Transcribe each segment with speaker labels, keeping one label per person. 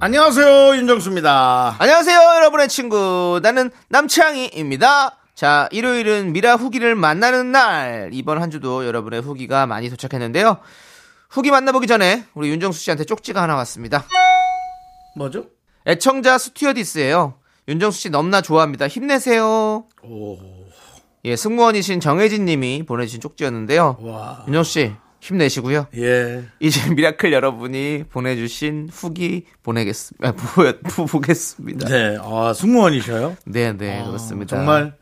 Speaker 1: 안녕하세요 윤정수입니다.
Speaker 2: 안녕하세요, 여러분의 친구. 나는 남창희입니다. 자, 일요일은 미라 후기를 만나는 날. 이번 한 주도 여러분의 후기가 많이 도착했는데요. 후기 만나보기 전에 우리 윤정수 씨한테 쪽지가 하나 왔습니다.
Speaker 1: 뭐죠?
Speaker 2: 애청자 스튜어디스예요. 윤정수 씨 넘나 좋아합니다. 힘내세요. 예, 승무원이신 정혜진 님이 보내주신 쪽지였는데요.
Speaker 1: 와.
Speaker 2: 윤정수 씨, 힘내시고요.
Speaker 1: 예.
Speaker 2: 이제 미라클 여러분이 보내주신 후기 보내겠습니다. 보, 보겠습니다.
Speaker 1: 네. 아 승무원이셔요?
Speaker 2: 네, 네, 그렇습니다.
Speaker 1: 아, 정말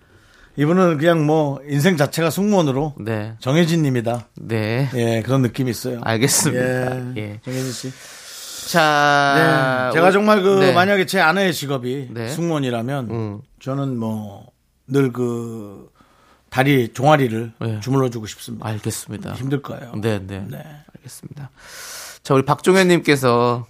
Speaker 1: 이분은 그냥 뭐 인생 자체가 승무원으로
Speaker 2: 네,
Speaker 1: 정혜진님이다.
Speaker 2: 네.
Speaker 1: 예 그런 느낌이 있어요.
Speaker 2: 알겠습니다. 예.
Speaker 1: 예. 정혜진 씨.
Speaker 2: 자,
Speaker 1: 네, 제가
Speaker 2: 오-
Speaker 1: 정말 그
Speaker 2: 네.
Speaker 1: 만약에 제 아내의 직업이
Speaker 2: 네. 음.
Speaker 1: 승무원이라면 저는 뭐 늘 그 다리 종아리를
Speaker 2: 네.
Speaker 1: 주물러 주고 싶습니다.
Speaker 2: 알겠습니다.
Speaker 1: 힘들 거예요.
Speaker 2: 네, 네,
Speaker 1: 네.
Speaker 2: 알겠습니다. 자, 우리 박종현님께서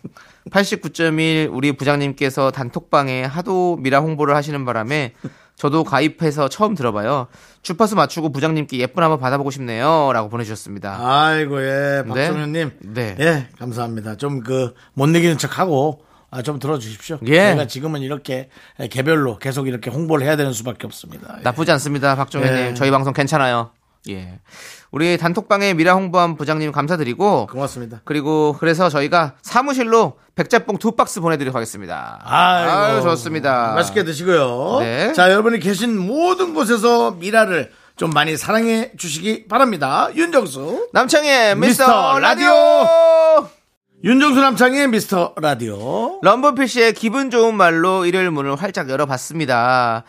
Speaker 2: 89.1 우리 부장님께서 단톡방에 하도 미라 홍보를 하시는 바람에 저도 가입해서 처음 들어봐요. 주파수 맞추고 부장님께 예쁜 한번 받아보고 싶네요라고 보내주셨습니다.
Speaker 1: 아이고 예, 박종현님.
Speaker 2: 네.
Speaker 1: 예, 감사합니다. 좀 그 못 이기는 척하고 아, 좀 들어주십시오.
Speaker 2: 예.
Speaker 1: 저희가 지금은 이렇게 개별로 계속 이렇게 홍보를 해야 되는 수밖에 없습니다. 예.
Speaker 2: 나쁘지 않습니다, 박종현님.
Speaker 1: 예.
Speaker 2: 저희 방송 괜찮아요. 예, 우리 단톡방에 미라 홍보한 부장님 감사드리고
Speaker 1: 고맙습니다.
Speaker 2: 그리고 그래서 저희가 사무실로 백짬뽕 두 박스 보내드리도록 하겠습니다.
Speaker 1: 아이고.
Speaker 2: 아유, 좋습니다.
Speaker 1: 맛있게 드시고요.
Speaker 2: 네.
Speaker 1: 자, 여러분이 계신 모든 곳에서 미라를 좀 많이 사랑해 주시기 바랍니다. 윤정수.
Speaker 2: 남창의
Speaker 1: 미스터
Speaker 2: 네, 미스터 라디오.
Speaker 1: 윤정수 남창의 미스터 라디오.
Speaker 2: 럼버필씨의 기분 좋은 말로 일요일 문을 활짝 열어봤습니다.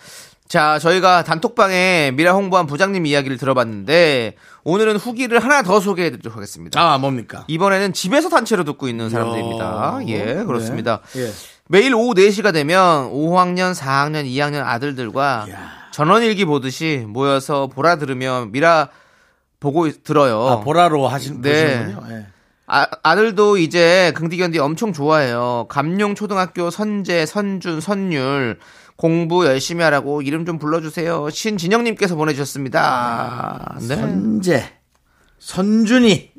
Speaker 2: 자, 저희가 단톡방에 미라 홍보한 부장님 이야기를 들어봤는데 오늘은 후기를 하나 더 소개해드리도록 하겠습니다.
Speaker 1: 자, 뭡니까?
Speaker 2: 이번에는 집에서 단체로 듣고 있는 사람들입니다. 예, 그렇습니다.
Speaker 1: 네. 예.
Speaker 2: 매일 오후 4시가 되면 5학년, 4학년, 2학년 아들들과
Speaker 1: 이야.
Speaker 2: 전원일기 보듯이 모여서 보라 들으며 미라 보고 있- 들어요.
Speaker 1: 아, 보라로 하신,
Speaker 2: 네.
Speaker 1: 보시는군요. 예.
Speaker 2: 아, 아들도 이제 긍디견디 엄청 좋아해요. 감룡 초등학교 선재, 선준, 선율 공부 열심히 하라고 이름 좀 불러주세요. 신진영님께서 보내주셨습니다. 네.
Speaker 1: 아, 선재, 선준이,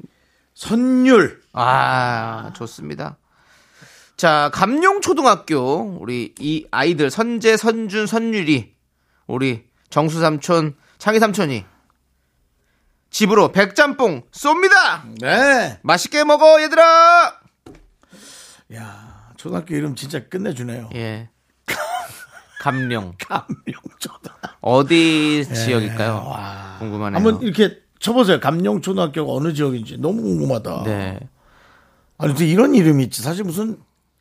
Speaker 1: 선율.
Speaker 2: 아 좋습니다. 자 감룡 초등학교 우리 이 아이들 선재, 선준, 선율이 우리 정수 삼촌, 창희 삼촌이 집으로 백짬뽕 쏩니다.
Speaker 1: 네.
Speaker 2: 맛있게 먹어 얘들아.
Speaker 1: 야 초등학교 이름 진짜 끝내주네요.
Speaker 2: 예. 감룡.
Speaker 1: 감룡초등.
Speaker 2: 어디 지역일까요?
Speaker 1: 와.
Speaker 2: 궁금하네요.
Speaker 1: 예. 한번 이렇게 쳐보세요. 감룡초등학교가 어느 지역인지 너무 궁금하다.
Speaker 2: 네.
Speaker 1: 아니 근데 이런 이름이 있지. 사실 무슨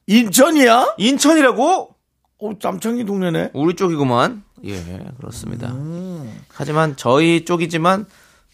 Speaker 1: 인천이야?
Speaker 2: 인천이라고?
Speaker 1: 어, 짬청이 동네네.
Speaker 2: 우리 쪽이구만. 예, 그렇습니다. 하지만 저희 쪽이지만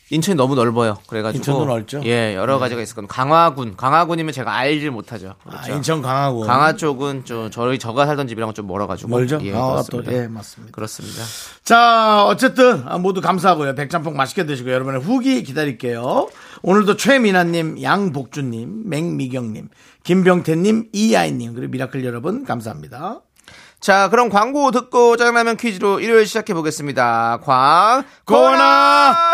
Speaker 2: 인천이 너무 넓어요. 그래가지고
Speaker 1: 인천도 넓죠? 네.
Speaker 2: 예, 여러 가지가 있을 겁니다. 강화군, 강화군이면 제가 알질 못하죠.
Speaker 1: 아,
Speaker 2: 그렇죠.
Speaker 1: 인천 강하고.
Speaker 2: 강화 쪽은 좀 저희 저가 살던 집이랑은 좀 멀어가지고
Speaker 1: 멀죠?
Speaker 2: 예,
Speaker 1: 아,
Speaker 2: 그렇습니다.
Speaker 1: 또, 예, 맞습니다.
Speaker 2: 그렇습니다.
Speaker 1: 자, 어쨌든 아, 모두 감사하고요. 백짬뽕 맛있게 드시고 여러분의 후기 기다릴게요. 오늘도 최민아님, 양복주님, 맹미경님, 김병태님, 이아이님 그리고 미라클 여러분 감사합니다.
Speaker 2: 자, 그럼 광고 듣고 짜장라면 퀴즈로 일요일 시작해 보겠습니다. 광고나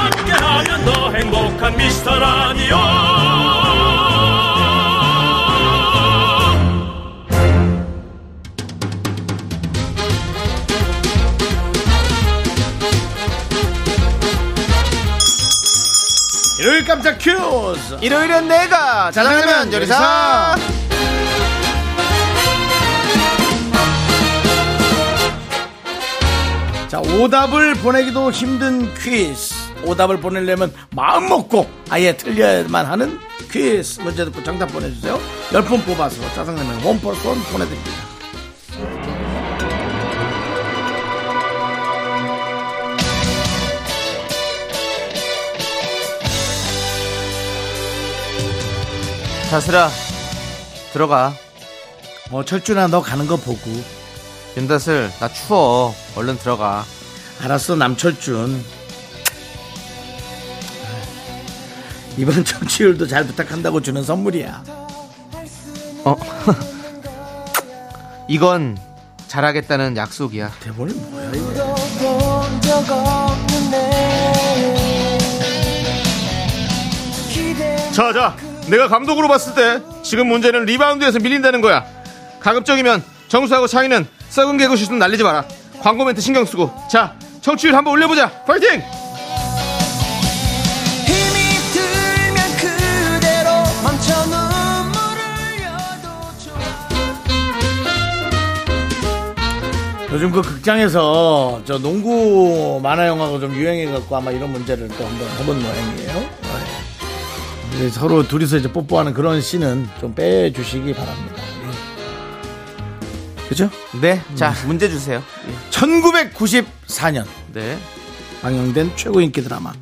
Speaker 3: 함께하면 더 행복한 미스터 라디오
Speaker 1: 일요일 깜짝 큐즈.
Speaker 2: 일요일은 내가 짜장라면 요리사.
Speaker 1: 자, 오답을 보내기도 힘든 퀴즈. 오답을 보내려면 마음 먹고 아예 틀려야만 하는 퀴즈. 문제 듣고 정답 보내주세요. 10분 뽑아서 짜장라면 원플러스 원 보내드립니다.
Speaker 2: 자슬아 들어가
Speaker 1: 어, 철준아, 너 가는 거 보고.
Speaker 2: 윤다슬 나 추워 얼른 들어가
Speaker 1: 알았어, 남철준. 이번 청취율도 잘 부탁한다고 주는 선물이야.
Speaker 2: 어 이건 잘하겠다는 약속이야
Speaker 1: 대본이 뭐야, 이거?
Speaker 2: 자자 내가 감독으로 봤을 때 지금 문제는 리바운드에서 밀린다는 거야 가급적이면 정수하고 창희는 썩은 개그 슛은 날리지 마라 광고 멘트 신경 쓰고 자 청취율 한번 올려보자 파이팅
Speaker 1: 요즘 그 극장에서 저 농구 만화 영화가 좀 유행해갖고 아마 이런 문제를 또 한번 해본 모양이에요. 네. 이제 서로 둘이서 이제 뽀뽀하는 그런 씬은 좀 빼주시기 바랍니다. 예. 그죠?
Speaker 2: 네자 음. 문제 주세요
Speaker 1: 1994년
Speaker 2: 네
Speaker 1: 방영된 최고 인기 드라마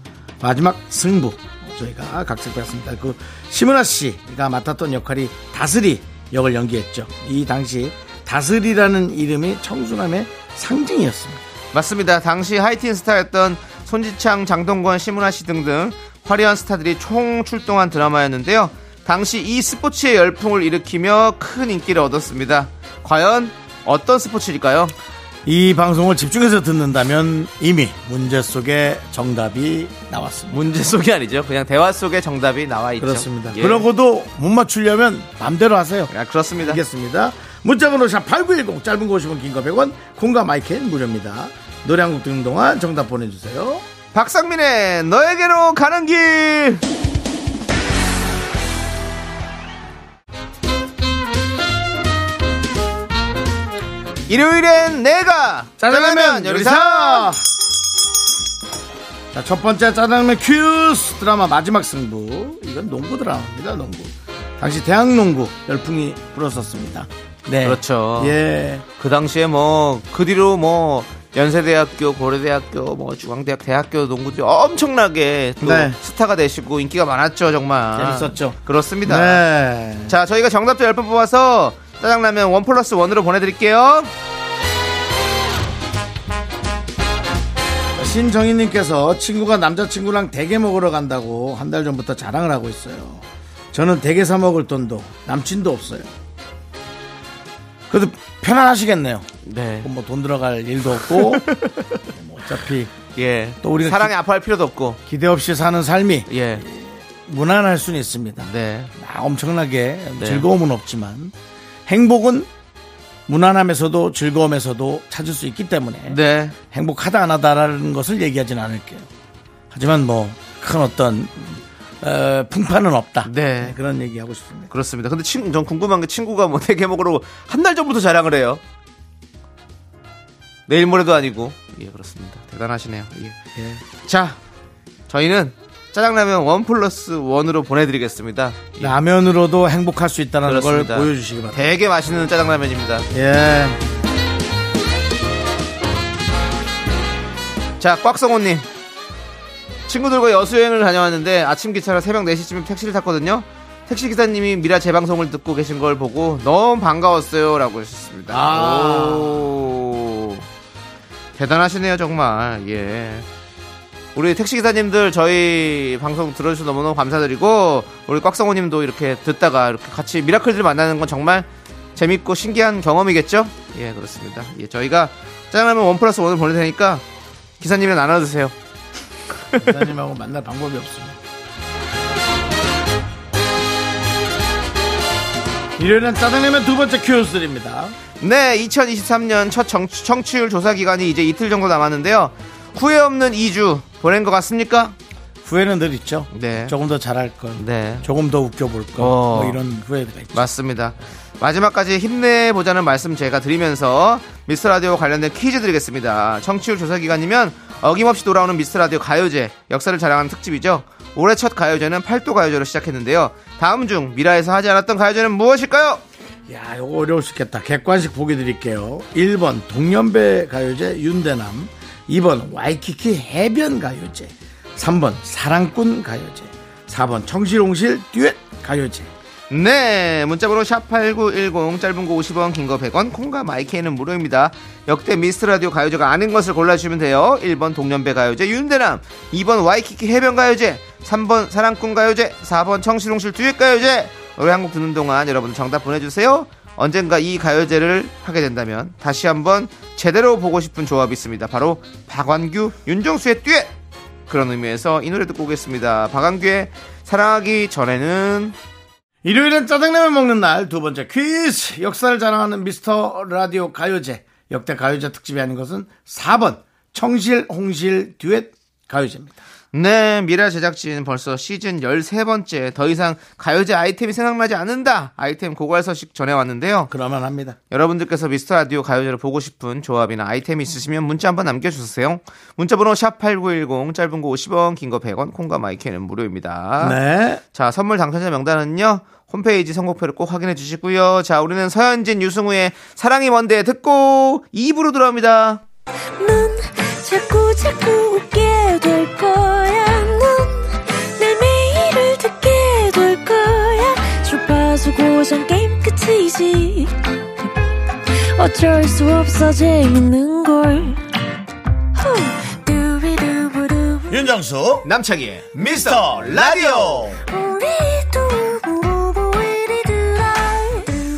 Speaker 1: 마지막 승부 저희가 각색 봤습니다. 그 심은아 씨가 맡았던 역할이 다슬이 역을 연기했죠. 이 당시 다슬이라는 이름이 청순함의 상징이었습니다.
Speaker 2: 맞습니다. 당시 하이틴 스타였던 손지창, 장동건, 심은하 씨 등등 화려한 스타들이 총 출동한 드라마였는데요. 당시 이 스포츠의 열풍을 일으키며 큰 인기를 얻었습니다. 과연 어떤 스포츠일까요?
Speaker 1: 이 방송을 집중해서 듣는다면 이미 문제 속에 정답이 나왔습니다.
Speaker 2: 문제 속이 아니죠. 그냥 대화 속에 정답이 나와 있죠.
Speaker 1: 그렇습니다.
Speaker 2: 예.
Speaker 1: 그러고도 못 맞추려면 맘대로 하세요.
Speaker 2: 아, 그렇습니다.
Speaker 1: 알겠습니다. 문자번호 샵8910 짧은 거 50원 긴 거 100원 공과 마이크는 무료입니다. 노래 한 곡 듣는 동안 정답 보내주세요.
Speaker 2: 박상민의 너에게로 가는 길. 일요일엔 내가 짜장라면 요리사
Speaker 1: 자, 첫 번째 짜장면 큐스 드라마 마지막 승부. 이건 농구 드라마입니다, 농구. 당시 대학 농구 열풍이 불었었습니다. 네.
Speaker 2: 그렇죠.
Speaker 1: 예.
Speaker 2: 그 당시에 뭐 그 뒤로 뭐 연세대학교, 고려대학교, 뭐 중앙대학, 대학교 농구들이 엄청나게 또
Speaker 1: 네.
Speaker 2: 스타가 되시고 인기가 많았죠 정말.
Speaker 1: 재밌었죠.
Speaker 2: 그렇습니다.
Speaker 1: 네.
Speaker 2: 자 저희가 정답자 10분 뽑아서 짜장라면 원 플러스 원으로 보내드릴게요
Speaker 1: 신정희님께서 친구가 남자친구랑 대게 먹으러 간다고 한 달 전부터 자랑을 하고 있어요. 저는 대게 사 먹을 돈도 남친도 없어요. 그래도 편안하시겠네요.
Speaker 2: 네.
Speaker 1: 뭐 돈 들어갈 일도 없고 뭐 어차피
Speaker 2: 예.
Speaker 1: 또 우리가
Speaker 2: 사랑에 아파할 필요도 없고.
Speaker 1: 기대 없이 사는 삶이
Speaker 2: 예.
Speaker 1: 무난할 수는 있습니다.
Speaker 2: 네.
Speaker 1: 아, 엄청나게
Speaker 2: 네.
Speaker 1: 즐거움은 없지만 행복은 무난함에서도 즐거움에서도 찾을 수 있기 때문에
Speaker 2: 네.
Speaker 1: 행복하다 안 하다라는 것을 얘기하진 않을게요. 하지만 뭐 큰 어떤 어, 풍파는 없다.
Speaker 2: 네.
Speaker 1: 그런 얘기하고 싶습니다.
Speaker 2: 그렇습니다. 근데 친, 전 궁금한 게 친구가 뭐 대게 먹으러 한 달 전부터 자랑을 해요. 내일 모레도 아니고. 예, 그렇습니다. 대단하시네요. 예.
Speaker 1: 예.
Speaker 2: 자, 저희는 짜장라면 원 플러스 원으로 보내드리겠습니다.
Speaker 1: 예. 라면으로도 행복할 수 있다는
Speaker 2: 그렇습니다.
Speaker 1: 걸 보여주시기 바랍니다.
Speaker 2: 되게 맛있는 짜장라면입니다.
Speaker 1: 예.
Speaker 2: 자, 꽉성호님. 친구들과 여수여행을 다녀왔는데 아침 기차로 새벽 4시쯤에 택시를 탔거든요. 택시 기사님이 미라 재방송을 듣고 계신 걸 보고 너무 반가웠어요. 라고 하셨습니다.
Speaker 1: 아.
Speaker 2: 오. 대단하시네요, 정말. 예. 우리 택시 기사님들 저희 방송 들어주셔서 너무너무 감사드리고 우리 꽉성호님도 이렇게 듣다가 이렇게 같이 미라클들 만나는 건 정말 재밌고 신기한 경험이겠죠? 예 그렇습니다. 예 저희가 짜장라면 원 플러스 원을 보낼 테니까 기사님이랑 나눠 드세요.
Speaker 1: 기사님하고 만날 방법이 없습니다. 일요일엔 짜장라면 두 번째 큐스 드립니다.
Speaker 2: 네, 2023년 첫 정, 청취율 조사 기간이 이제 이틀 정도 남았는데요. 후회 없는 2주 보낸 것 같습니까?
Speaker 1: 후회는 늘 있죠.
Speaker 2: 네.
Speaker 1: 조금 더 잘할 걸.
Speaker 2: 네.
Speaker 1: 조금 더 웃겨볼 걸.
Speaker 2: 어.
Speaker 1: 뭐 이런 후회가 있죠.
Speaker 2: 맞습니다. 마지막까지 힘내보자는 말씀 제가 드리면서 미스터라디오 관련된 퀴즈 드리겠습니다. 청취율 조사 기간이면 어김없이 돌아오는 미스터라디오 가요제 역사를 자랑하는 특집이죠. 올해 첫 가요제는 팔도 가요제로 시작했는데요. 다음 중 미라에서 하지 않았던 가요제는 무엇일까요?
Speaker 1: 야, 이거 어려울 수 있겠다. 객관식 보기 드릴게요. 1번 동년배 가요제 윤대남, 2번 와이키키 해변 가요제, 3번 사랑꾼 가요제, 4번 청실홍실 듀엣 가요제.
Speaker 2: 네 문자번호 샵8910 짧은 거 50원 긴 거 100원 콩과 마이케이는 무료입니다 역대 미스트라디오 가요제가 아닌 것을 골라주시면 돼요 1번 동년배 가요제 윤대남 2번 와이키키 해변 가요제 3번 사랑꾼 가요제 4번 청실홍실 듀엣 가요제 노래 한 곡 듣는 동안 여러분 정답 보내주세요 언젠가 이 가요제를 하게 된다면 다시 한번 제대로 보고 싶은 조합이 있습니다 바로 박완규 윤정수의 듀엣 그런 의미에서 이 노래 듣고 오겠습니다 박완규의 사랑하기 전에는
Speaker 1: 일요일엔 짜장라면 먹는 날 두 번째 퀴즈 역사를 자랑하는 미스터 라디오 가요제 역대 가요제 특집이 아닌 것은 4번 청실 홍실 듀엣 가요제입니다.
Speaker 2: 네, 미라 제작진 벌써 시즌 13번째 더 이상 가요제 아이템이 생각나지 않는다 아이템 고갈 소식 전해왔는데요.
Speaker 1: 그럴만 합니다.
Speaker 2: 여러분들께서 미스터 라디오 가요제를 보고 싶은 조합이나 아이템이 있으시면 문자 한번 남겨주세요. 문자번호 샵8910 짧은 거 50원, 긴 거 100원, 콩과 마이크는 무료입니다.
Speaker 1: 네.
Speaker 2: 자, 선물 당첨자 명단은요. 홈페이지 선곡표를 꼭 확인해 주시고요. 자, 우리는 서현진, 유승우의 사랑이 뭔데 듣고 2부로 돌아옵니다.
Speaker 4: 넌 자꾸 자꾸 웃게 될 거야. 넌내 매일을 듣게 될 거야. 주파수 고정 게임 끝이지. 어쩔 수 없어 재밌는 걸. 후. 두비두부두.
Speaker 1: 윤정수
Speaker 2: 남창희의
Speaker 1: 미스터 라디오
Speaker 4: 우리 두부부부 우리 두라.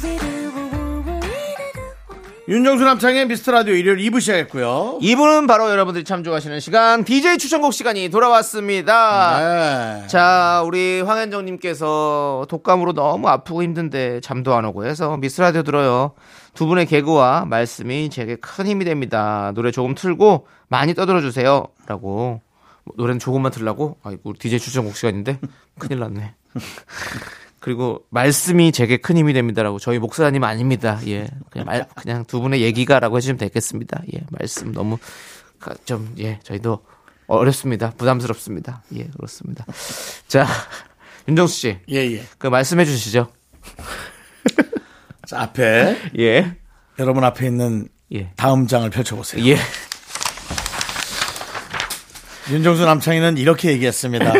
Speaker 4: 두비두부부부 우리 두부부.
Speaker 1: 윤정수 남창의 미스터 라디오 일요일 2부 시작했고요.
Speaker 2: 이분은 바로 여러분들이 참 좋아하시는 시간 DJ 추천곡 시간이 돌아왔습니다.
Speaker 1: 네.
Speaker 2: 자, 우리 황현정님께서 독감으로 너무 아프고 힘든데 잠도 안 오고 해서 미스라디오 들어요. 두 분의 개그와 말씀이 제게 큰 힘이 됩니다. 노래 조금 틀고 많이 떠들어 주세요. 라고 뭐, 노래는 조금만 틀라고? 아이고 우리 DJ 추천곡 시간인데 큰일 났네. 그리고 말씀이 제게 큰 힘이 됩니다라고 저희 목사님 아닙니다. 예, 그냥 말- 그냥 두 분의 얘기가라고 해주시면 되겠습니다. 예, 말씀 너무 좀 예 저희도 어렵습니다. 부담스럽습니다. 예, 그렇습니다. 자, 윤정수 씨,
Speaker 1: 예, 예.
Speaker 2: 그 말씀해 주시죠.
Speaker 1: 자, 앞에
Speaker 2: 예,
Speaker 1: 여러분 앞에 있는
Speaker 2: 예,
Speaker 1: 다음 장을 펼쳐보세요.
Speaker 2: 예.
Speaker 1: 윤정수 남창희는 이렇게 얘기했습니다.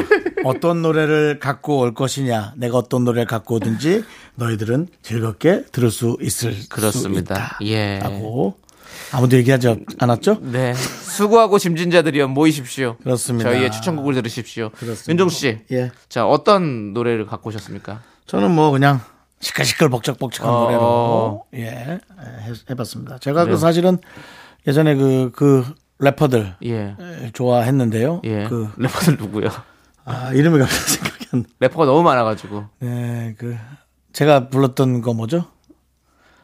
Speaker 1: 어떤 노래를 갖고 올 것이냐, 내가 어떤 노래를 갖고 오든지 너희들은 즐겁게 들을 수 있을 수
Speaker 2: 그렇습니다.
Speaker 1: 있다.
Speaker 2: 예.
Speaker 1: 라고 아무도 얘기하지 않- 않았죠?
Speaker 2: 네, 수고하고 짐진자들이여 모이십시오.
Speaker 1: 그렇습니다.
Speaker 2: 저희의 추천곡을 들으십시오.
Speaker 1: 그렇습니다.
Speaker 2: 윤정수 씨,
Speaker 1: 예.
Speaker 2: 자 어떤 노래를 갖고 오셨습니까?
Speaker 1: 저는 뭐 그냥 시끌시끌 복적복적한
Speaker 2: 어. 네.
Speaker 1: 노래로 예 해- 해봤습니다. 제가 그 사실은 예전에 그 그 래퍼들
Speaker 2: 예,
Speaker 1: 에, 좋아했는데요.
Speaker 2: 예.
Speaker 1: 그
Speaker 2: 래퍼들 누구요?
Speaker 1: 아, 이름이 갑자기 생각이 안
Speaker 2: 래퍼가 너무 많아가지고
Speaker 1: 네, 그 제가 불렀던 거 뭐죠?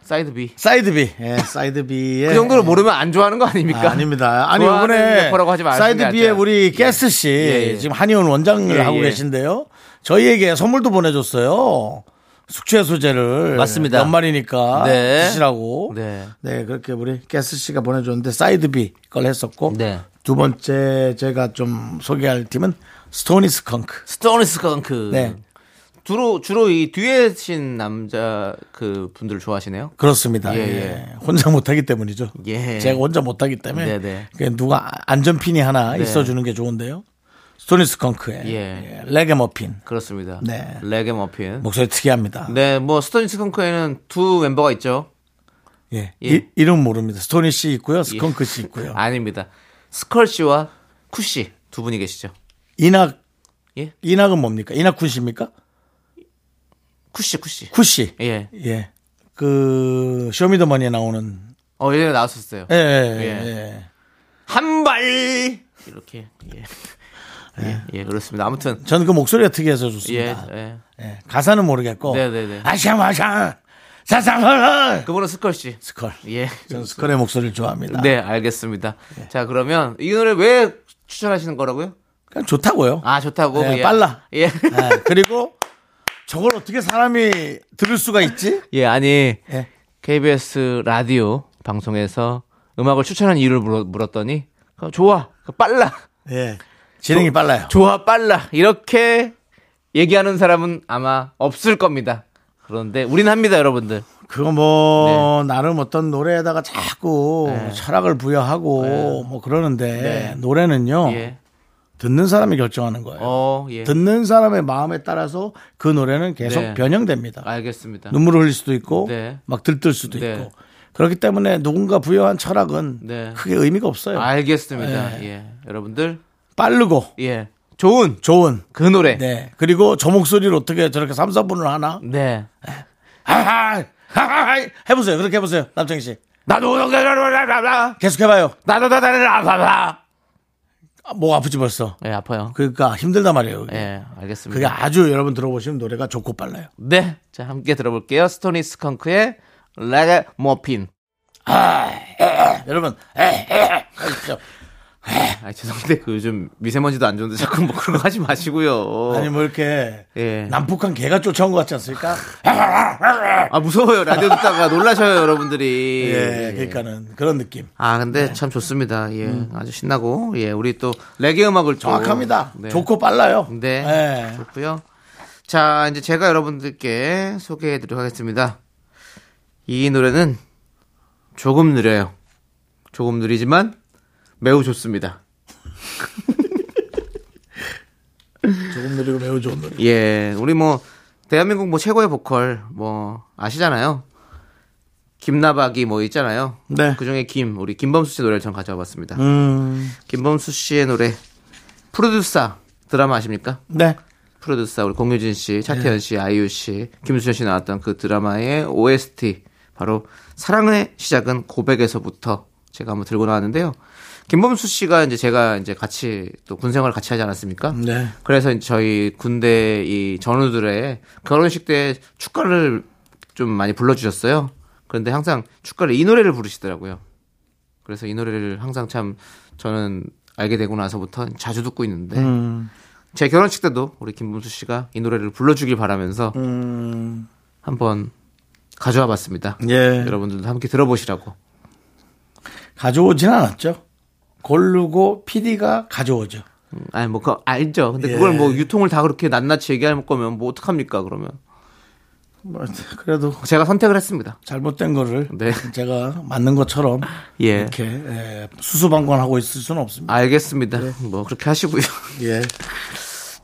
Speaker 2: 사이드 B.
Speaker 1: 사이드비. 예, 사이드비의
Speaker 2: 그 정도로 모르면 안 좋아하는 거 아닙니까?
Speaker 1: 아, 아닙니다. 아니
Speaker 2: 좋아하는
Speaker 1: 이번에
Speaker 2: 래퍼라고 하지 마시는 게
Speaker 1: 사이드비의
Speaker 2: 낫죠.
Speaker 1: 우리 게스 씨
Speaker 2: 예, 예.
Speaker 1: 지금 한의원 원장을
Speaker 2: 예,
Speaker 1: 하고
Speaker 2: 예.
Speaker 1: 계신데요. 저희에게 선물도 보내줬어요. 숙취 해소제를
Speaker 2: 맞습니다.
Speaker 1: 연말이니까
Speaker 2: 네.
Speaker 1: 드시라고.
Speaker 2: 네.
Speaker 1: 네, 그렇게 우리 게스 씨가 보내줬는데 사이드비 걸 했었고
Speaker 2: 네.
Speaker 1: 두 번째 제가 좀 소개할 팀은 스토니스컹크.
Speaker 2: 스토니스 컹크.
Speaker 1: 네.
Speaker 2: 주로 주로 이 뒤에 신 남자 그 분들을 좋아하시네요.
Speaker 1: 그렇습니다.
Speaker 2: 예,
Speaker 1: 예,
Speaker 2: 예.
Speaker 1: 혼자 못하기 때문이죠.
Speaker 2: 예.
Speaker 1: 제가 혼자 못하기 때문에
Speaker 2: 네, 네.
Speaker 1: 그 누가 안전핀이 하나 있어주는 게 좋은데요. 스토니스컹크의
Speaker 2: 예.
Speaker 1: 예. 레게머핀
Speaker 2: 그렇습니다.
Speaker 1: 네.
Speaker 2: 레게 머핀.
Speaker 1: 목소리 특이합니다.
Speaker 2: 네, 뭐 스토니스 컹크에는 두 멤버가 있죠.
Speaker 1: 예.
Speaker 2: 예.
Speaker 1: 이, 이름 모릅니다. 스토니 씨 있고요, 스컹크 씨 있고요.
Speaker 2: 아닙니다. 스컬 씨와 쿠씨 두 분이 계시죠.
Speaker 1: 이낙
Speaker 2: 예.
Speaker 1: 이낙은 뭡니까? 이낙군 씨입니까?
Speaker 2: 쿠씨 쿠씨.
Speaker 1: 쿠 씨.
Speaker 2: 예.
Speaker 1: 예. 그 쇼미더머니에 나오는
Speaker 2: 어, 예전에 나왔었어요.
Speaker 1: 예, 예,
Speaker 2: 예.
Speaker 1: 예.
Speaker 2: 한 발. 이렇게. 예. 예. 예, 그렇습니다. 아무튼
Speaker 1: 저는 그 목소리가 특이해서
Speaker 2: 예.
Speaker 1: 네. 좋습니다.
Speaker 2: 예.
Speaker 1: 예. 가사는 모르겠고
Speaker 2: 네, 네, 네.
Speaker 1: 아샤마샤 사사마
Speaker 2: 그분은 스컬 씨.
Speaker 1: 스컬.
Speaker 2: 예.
Speaker 1: 저는 스컬의 목소리를 좋아합니다. 네.
Speaker 2: 네, 알겠습니다. 자, 그러면 이 노래 왜 추천하시는 거라고요?
Speaker 1: 그냥 좋다고요.
Speaker 2: 아 좋다고.
Speaker 1: 네,
Speaker 2: 예.
Speaker 1: 빨라.
Speaker 2: 예.
Speaker 1: 네, 그리고 저걸 어떻게 사람이 들을 수가 있지?
Speaker 2: 예 아니
Speaker 1: 예.
Speaker 2: KBS 라디오 방송에서 음악을 추천한 이유를 물어, 물었더니 어, 좋아 빨라
Speaker 1: 예. 진행이 빨라요.
Speaker 2: 좋아 빨라 이렇게 얘기하는 사람은 아마 없을 겁니다. 그런데 우린 합니다 여러분들.
Speaker 1: 그거 뭐 나름 어떤 노래에다가 자꾸 뭐 철학을 부여하고 뭐 그러는데 노래는요
Speaker 2: 예.
Speaker 1: 듣는 사람이 결정하는 거예요.
Speaker 2: 어 예.
Speaker 1: 듣는 사람의 마음에 따라서 그 노래는 계속
Speaker 2: 네.
Speaker 1: 변형됩니다.
Speaker 2: 알겠습니다.
Speaker 1: 눈물을 흘릴 수도 있고
Speaker 2: 네.
Speaker 1: 막 들뜰 수도
Speaker 2: 네.
Speaker 1: 있고 그렇기 때문에 누군가 부여한 철학은
Speaker 2: 네.
Speaker 1: 크게 의미가 없어요. 네.
Speaker 2: 알겠습니다. 예. 여러분들
Speaker 1: 빠르고
Speaker 2: 예 좋은
Speaker 1: 좋은
Speaker 2: 그 노래. 네.
Speaker 1: 네 그리고 저 목소리를 어떻게 저렇게 3, 4분을 하나
Speaker 2: 네.
Speaker 1: 하하이 하하이 해보세요 그렇게 해보세요 남창희 씨
Speaker 2: 나도 라라라라라
Speaker 1: 계속해봐요
Speaker 2: 나도 다다라라라.
Speaker 1: 아, 목 아프지 벌써
Speaker 2: 예 아파요.
Speaker 1: 그러니까 힘들단 말이에요 그게.
Speaker 2: 예 알겠습니다.
Speaker 1: 그게 아주 여러분 들어보시면 노래가 좋고 빨라요
Speaker 2: 네. 자, 함께 들어볼게요. 스토니 스컹크의 레게 머핀.
Speaker 1: 네. 여러분 에, 에, 하십시오.
Speaker 2: 아, 죄송한데 그 요즘 미세먼지도 안 좋은데 자꾸 뭐 그런 거 하지 마시고요.
Speaker 1: 아니 뭐 이렇게
Speaker 2: 예.
Speaker 1: 남북한 개가 쫓아온 것 같지 않습니까
Speaker 2: 아, 무서워요. 라디오 듣다가 놀라셔요, 여러분들이.
Speaker 1: 예 네. 그러니까는 그런 느낌
Speaker 2: 아, 근데 참 좋습니다. 예. 아주 신나고. 예, 우리 또 레게 음악을 또-
Speaker 1: 음. 정확합니다
Speaker 2: 네.
Speaker 1: 좋고 빨라요
Speaker 2: 네.
Speaker 1: 예.
Speaker 2: 좋고요. 자, 이제 제가 여러분들께 소개해 드리도록 하겠습니다. 이 노래는 조금 느려요. 조금 느리지만 매우 좋습니다.
Speaker 1: 조금 느리고 매우 좋은 노래
Speaker 2: 예, 우리 뭐 대한민국 뭐 최고의 보컬 뭐 아시잖아요. 김나박이 뭐 있잖아요.
Speaker 1: 네. 음.
Speaker 2: 그 중에 김 우리 김범수 씨 노래를 전 가져와봤습니다. 김범수 씨의 노래 프로듀사 드라마 아십니까?
Speaker 1: 네
Speaker 2: 프로듀사 우리 공유진 씨, 차태현 씨, 아이유 씨, 김수현 씨 나왔던 그 드라마의 OST 바로 사랑의 시작은 고백에서부터 제가 한번 들고 나왔는데요. 김범수 씨가 이제 제가 이제 같이 또 군생활 을 같이 하지 않았습니까?
Speaker 1: 네.
Speaker 2: 그래서 이제 저희 군대 이 전우들의 결혼식 때 축가를 좀 많이 불러주셨어요. 그런데 항상 축가를 이 노래를 부르시더라고요. 그래서 이 노래를 항상 참 저는 알게 되고 나서부터 자주 듣고 있는데 제 결혼식 때도 우리 김범수 씨가 이 노래를 불러주길 바라면서 한번 가져와 봤습니다.
Speaker 1: 예.
Speaker 2: 여러분들도 함께 들어보시라고.
Speaker 1: 가져오진 않았죠. 고르고 PD가 가져오죠.
Speaker 2: 음, 아니 뭐 그거 알죠. 근데 그걸
Speaker 1: 예.
Speaker 2: 뭐 유통을 다 그렇게 낱낱이 얘기할 거면 뭐 어떡합니까 그러면.
Speaker 1: 뭐, 그래도
Speaker 2: 제가 선택을 했습니다.
Speaker 1: 잘못된 거를
Speaker 2: 네.
Speaker 1: 제가 맞는 것처럼
Speaker 2: 예.
Speaker 1: 이렇게 예, 수수방관하고 있을 수는 없습니다.
Speaker 2: 알겠습니다. 뭐 그렇게 하시고요.
Speaker 1: 네. 예.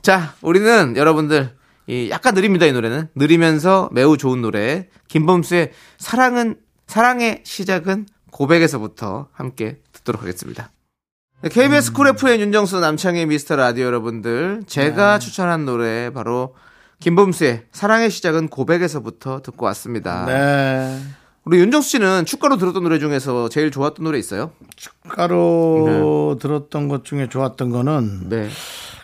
Speaker 2: 자, 우리는 여러분들 이 약간 느립니다 이 노래는 느리면서 매우 좋은 노래 김범수의 사랑은 사랑의 시작은 고백에서부터 함께 듣도록 하겠습니다. 네, KBS 쿨 FM의 윤정수 남창의 미스터 라디오 여러분들 제가
Speaker 1: 네.
Speaker 2: 추천한 노래 바로 김범수의 사랑의 시작은 고백에서부터 듣고 왔습니다.
Speaker 1: 네.
Speaker 2: 우리 윤정수 씨는 축가로 들었던 노래 중에서 제일 좋았던 노래 있어요?
Speaker 1: 축가로 들었던 것 중에 좋았던 거는
Speaker 2: 네.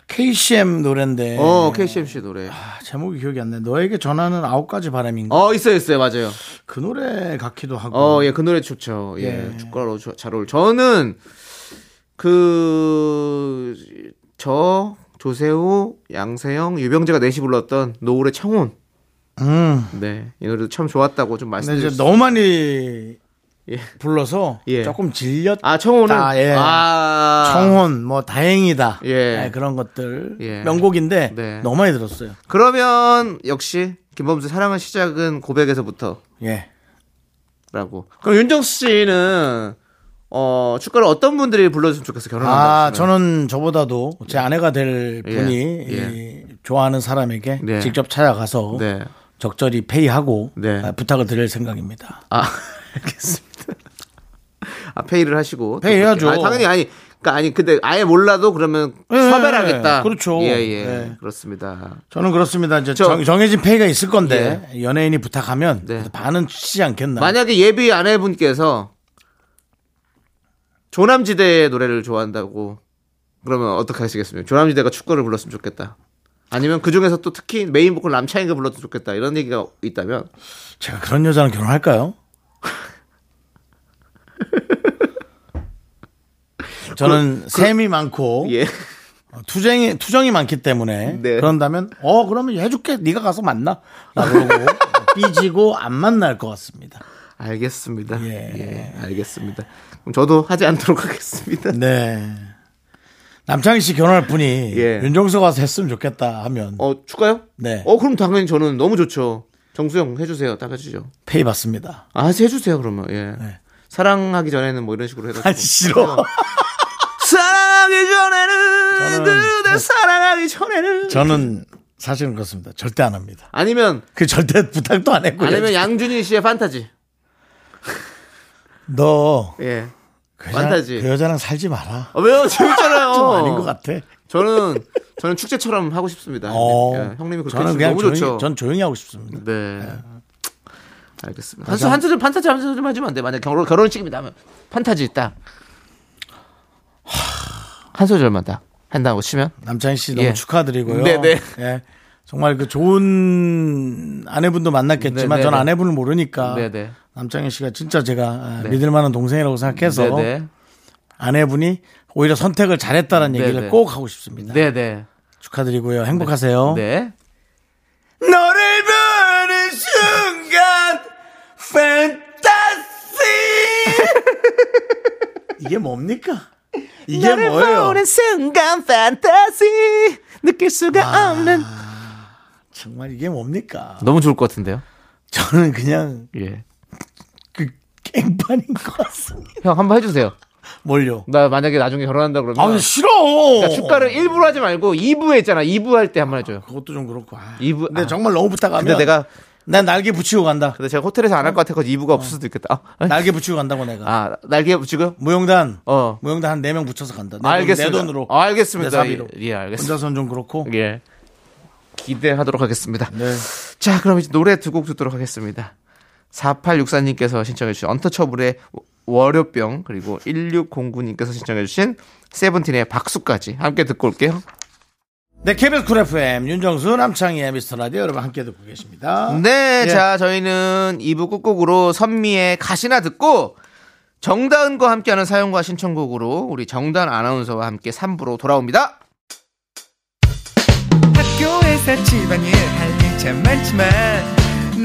Speaker 1: KCM 노래인데
Speaker 2: 어 KCMC 노래.
Speaker 1: 아, 제목이 기억이 안 나. 너에게 전하는 아홉 가지 바람인가.
Speaker 2: 어 있어요 있어요 맞아요.
Speaker 1: 그 노래 같기도 하고.
Speaker 2: 어, 예, 그 노래 좋죠. 예, 축가로 조- 잘 어울. 저는 그, 저, 조세호, 양세형, 유병재가 넷이 불렀던 노을의 청혼.
Speaker 1: 음.
Speaker 2: 네, 이 노래도 참 좋았다고 좀
Speaker 1: 근데 네, 이제
Speaker 2: 말씀드렸어요.
Speaker 1: 너무 많이
Speaker 2: 예.
Speaker 1: 불러서
Speaker 2: 예.
Speaker 1: 조금 질렸다.
Speaker 2: 아, 청혼은?
Speaker 1: 아, 예.
Speaker 2: 아,
Speaker 1: 청혼 뭐 다행이다
Speaker 2: 예.
Speaker 1: 네, 그런 것들
Speaker 2: 예.
Speaker 1: 명곡인데
Speaker 2: 네.
Speaker 1: 너무 많이 들었어요
Speaker 2: 그러면 역시 김범수 사랑은 시작은 고백에서부터
Speaker 1: 예
Speaker 2: 라고. 그럼 윤정수 씨는 어, 축가를 어떤 분들이 불러줬으면 좋겠어, 결혼한다.
Speaker 1: 아, 저는 저보다도 제 아내가 될
Speaker 2: 예.
Speaker 1: 분이
Speaker 2: 예.
Speaker 1: 이 좋아하는 사람에게
Speaker 2: 네.
Speaker 1: 직접 찾아가서
Speaker 2: 네.
Speaker 1: 적절히 페이하고
Speaker 2: 네.
Speaker 1: 아, 부탁을 드릴 생각입니다.
Speaker 2: 아, 알겠습니다. 아, 페이를 하시고. 또
Speaker 1: 페이
Speaker 2: 그렇게.
Speaker 1: 해야죠.
Speaker 2: 아니, 당연히 아니. 그러니까 아니 근데 아예 몰라도 그러면
Speaker 1: 예,
Speaker 2: 섭외하겠다.
Speaker 1: 그렇죠.
Speaker 2: 예, 예.
Speaker 1: 예.
Speaker 2: 그렇습니다.
Speaker 1: 저는 그렇습니다. 이제
Speaker 2: 저-
Speaker 1: 정, 정해진 페이가 있을 건데 연예인이 부탁하면
Speaker 2: 네.
Speaker 1: 반은 치지 않겠나.
Speaker 2: 만약에 예비 아내분께서 조남지대의 노래를 좋아한다고 그러면 어떻게 하시겠습니까? 조남지대가 축구를 불렀으면 좋겠다. 아니면 그 중에서 또 특히 메인 보컬 남창이가 불렀으면 좋겠다. 이런 얘기가 있다면
Speaker 1: 제가 그런 여자랑 결혼할까요? 저는 셈이 많고
Speaker 2: 그- 예.
Speaker 1: 어, 투쟁이 투정이 많기 때문에
Speaker 2: 네.
Speaker 1: 그런다면 어 그러면 해줄게 네가 가서 만나라고 그러고 삐지고 안 만날 것 같습니다.
Speaker 2: 알겠습니다.
Speaker 1: 예.
Speaker 2: 예, 알겠습니다. 그럼 저도 하지 않도록 하겠습니다.
Speaker 1: 네. 남창희 씨 결혼할 분이
Speaker 2: 예.
Speaker 1: 윤정수 가서 했으면 좋겠다 하면
Speaker 2: 어, 축가요?
Speaker 1: 네.
Speaker 2: 어, 그럼 당연히 저는 너무 좋죠. 정수영 해주세요. 딱 해주죠.
Speaker 1: 페이 받습니다.
Speaker 2: 아, 해주세요, 그러면. 예.
Speaker 1: 네.
Speaker 2: 사랑하기 전에는 뭐 이런 식으로 해가지고.
Speaker 1: 아 싫어.
Speaker 2: 사랑하기 전에는,
Speaker 1: 저는- 네.
Speaker 2: 그대 사랑하기 전에는.
Speaker 1: 저는 사실은 그렇습니다. 절대 안 합니다.
Speaker 2: 아니면,
Speaker 1: 그 절대 부탁도 안 했고요.
Speaker 2: 아니면 양준희 씨의 판타지.
Speaker 1: 너
Speaker 2: 예.
Speaker 1: 그, 여자,
Speaker 2: 판타지.
Speaker 1: 그 여자랑 살지 마라.
Speaker 2: 어, 네. 왜요? 재밌잖아요.
Speaker 1: 좀 아닌 것 같아.
Speaker 2: 저는, 저는 축제처럼 하고 싶습니다.
Speaker 1: 어.
Speaker 2: 예, 형님이 그렇게
Speaker 1: 저는
Speaker 2: 해주면
Speaker 1: 그냥
Speaker 2: 너무
Speaker 1: 조용히,
Speaker 2: 좋죠.
Speaker 1: 전 조용히 하고 싶습니다.
Speaker 2: 네. 알겠습니다. 한수 한수 좀 판타지 한수 좀 하지면 안 돼. 만약 결혼 결혼식입니다 하면 판타지 딱. 한 소절만 딱 한다고 치면
Speaker 1: 남창희 씨 너무
Speaker 2: 예.
Speaker 1: 축하드리고요.
Speaker 2: 네, 네.
Speaker 1: 예. 정말 그 좋은 아내분도
Speaker 2: 네,
Speaker 1: 만났겠지만
Speaker 2: 네,
Speaker 1: 전
Speaker 2: 네.
Speaker 1: 아내분을 모르니까
Speaker 2: 네, 네.
Speaker 1: 남창희 씨가 진짜 제가 아, 믿을 만한 동생이라고 생각해서
Speaker 2: 네네
Speaker 1: 아내분이 오히려 선택을 잘했다는
Speaker 2: 네,
Speaker 1: 얘기를
Speaker 2: 네.
Speaker 1: 꼭 하고 싶습니다.
Speaker 2: 네네
Speaker 1: 축하드리고요. 행복하세요.
Speaker 2: 네
Speaker 1: 어? 너를 보는 순간 팬타시 이게 뭡니까?
Speaker 2: 네.
Speaker 1: 이게 뭐예요?
Speaker 2: 순간 판타지 느낄 수가
Speaker 1: 아.
Speaker 2: 없는
Speaker 1: 정말 이게 뭡니까?
Speaker 2: 너무 좋을 것 같은데요.
Speaker 1: 저는 그냥
Speaker 2: 예.
Speaker 1: 그 깽판인 것 같습니다.
Speaker 2: 형 한번 해주세요.
Speaker 1: 뭘요?
Speaker 2: 나 만약에 나중에 결혼한다 그러면
Speaker 1: 아 싫어.
Speaker 2: 그러니까 축가를 1부로 하지 말고 2부에 있잖아. 2부 할 때 한 번 해줘요.
Speaker 1: 그것도 좀 그렇고. 아,
Speaker 2: 이브-
Speaker 1: 근데
Speaker 2: 아.
Speaker 1: 정말 너무 부탁하면.
Speaker 2: 근데 내가
Speaker 1: 난 날개 붙이고 간다.
Speaker 2: 근데 제가 호텔에서 안 할 것 같아서
Speaker 1: 어.
Speaker 2: 2부가 없을 수도 있겠다. 아,
Speaker 1: 날개 붙이고 간다고 내가.
Speaker 2: 아 날개 붙이고요?
Speaker 1: 무용단.
Speaker 2: 어.
Speaker 1: 무용단 한 네 명 붙여서 간다. 내 돈,
Speaker 2: 알겠습니다.
Speaker 1: 내 돈으로.
Speaker 2: 아, 알겠습니다.
Speaker 1: 내 사비로.
Speaker 2: 예, 예, 알겠습니다.
Speaker 1: 혼자서는 좀 그렇고.
Speaker 2: 예. 기대하도록 하겠습니다.
Speaker 1: 네.
Speaker 2: 자, 그럼 이제 노래 두 곡 듣도록 하겠습니다. 4864님께서 신청해주신 언터처블의 월요병, 그리고 1609님께서 신청해주신 세븐틴의 박수까지 함께 듣고 올게요.
Speaker 1: 네, KBS 쿨 FM, 윤정수, 남창희의 미스터 라디오 여러분 함께 듣고 계십니다.
Speaker 2: 네,
Speaker 1: 예.
Speaker 2: 자, 저희는 2부 끝곡으로 선미의 가시나 듣고 정다은과 함께하는 사연과 신청곡으로 우리 정다은 아나운서와 함께 3부로 돌아옵니다.
Speaker 5: 학교에서 집안일 할 일 참 많지만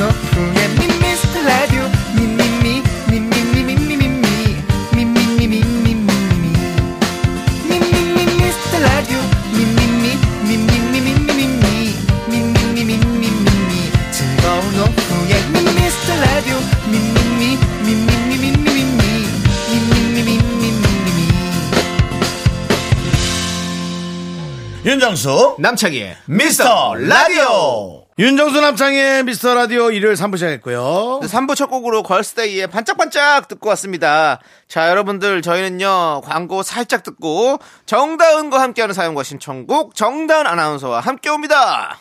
Speaker 5: 오후에 미스터 라디오 미미미 미미미미미미 미미미미미미미 미미미 미스터 라디오 미미미 미미미미미미 미미미미미미 즐거운 오후에 미스터 라디오 미미미 미미미미미미 미미미미미미미
Speaker 1: 윤정수,
Speaker 2: 남창희의
Speaker 1: 미스터 라디오! 윤정수, 남창희의 미스터 라디오 일요일 3부 시작했고요.
Speaker 2: 네, 3부 첫 곡으로 걸스데이의 반짝반짝 듣고 왔습니다. 자, 여러분들, 저희는요, 광고 살짝 듣고, 정다은과 함께하는 사연과 신청곡, 정다은 아나운서와 함께 옵니다.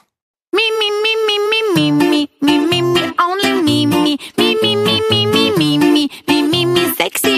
Speaker 4: Me, me, me, me, me, me, me, me, me, me, only me, me, me, me, me, me, me, me, me, me, me, me, sexy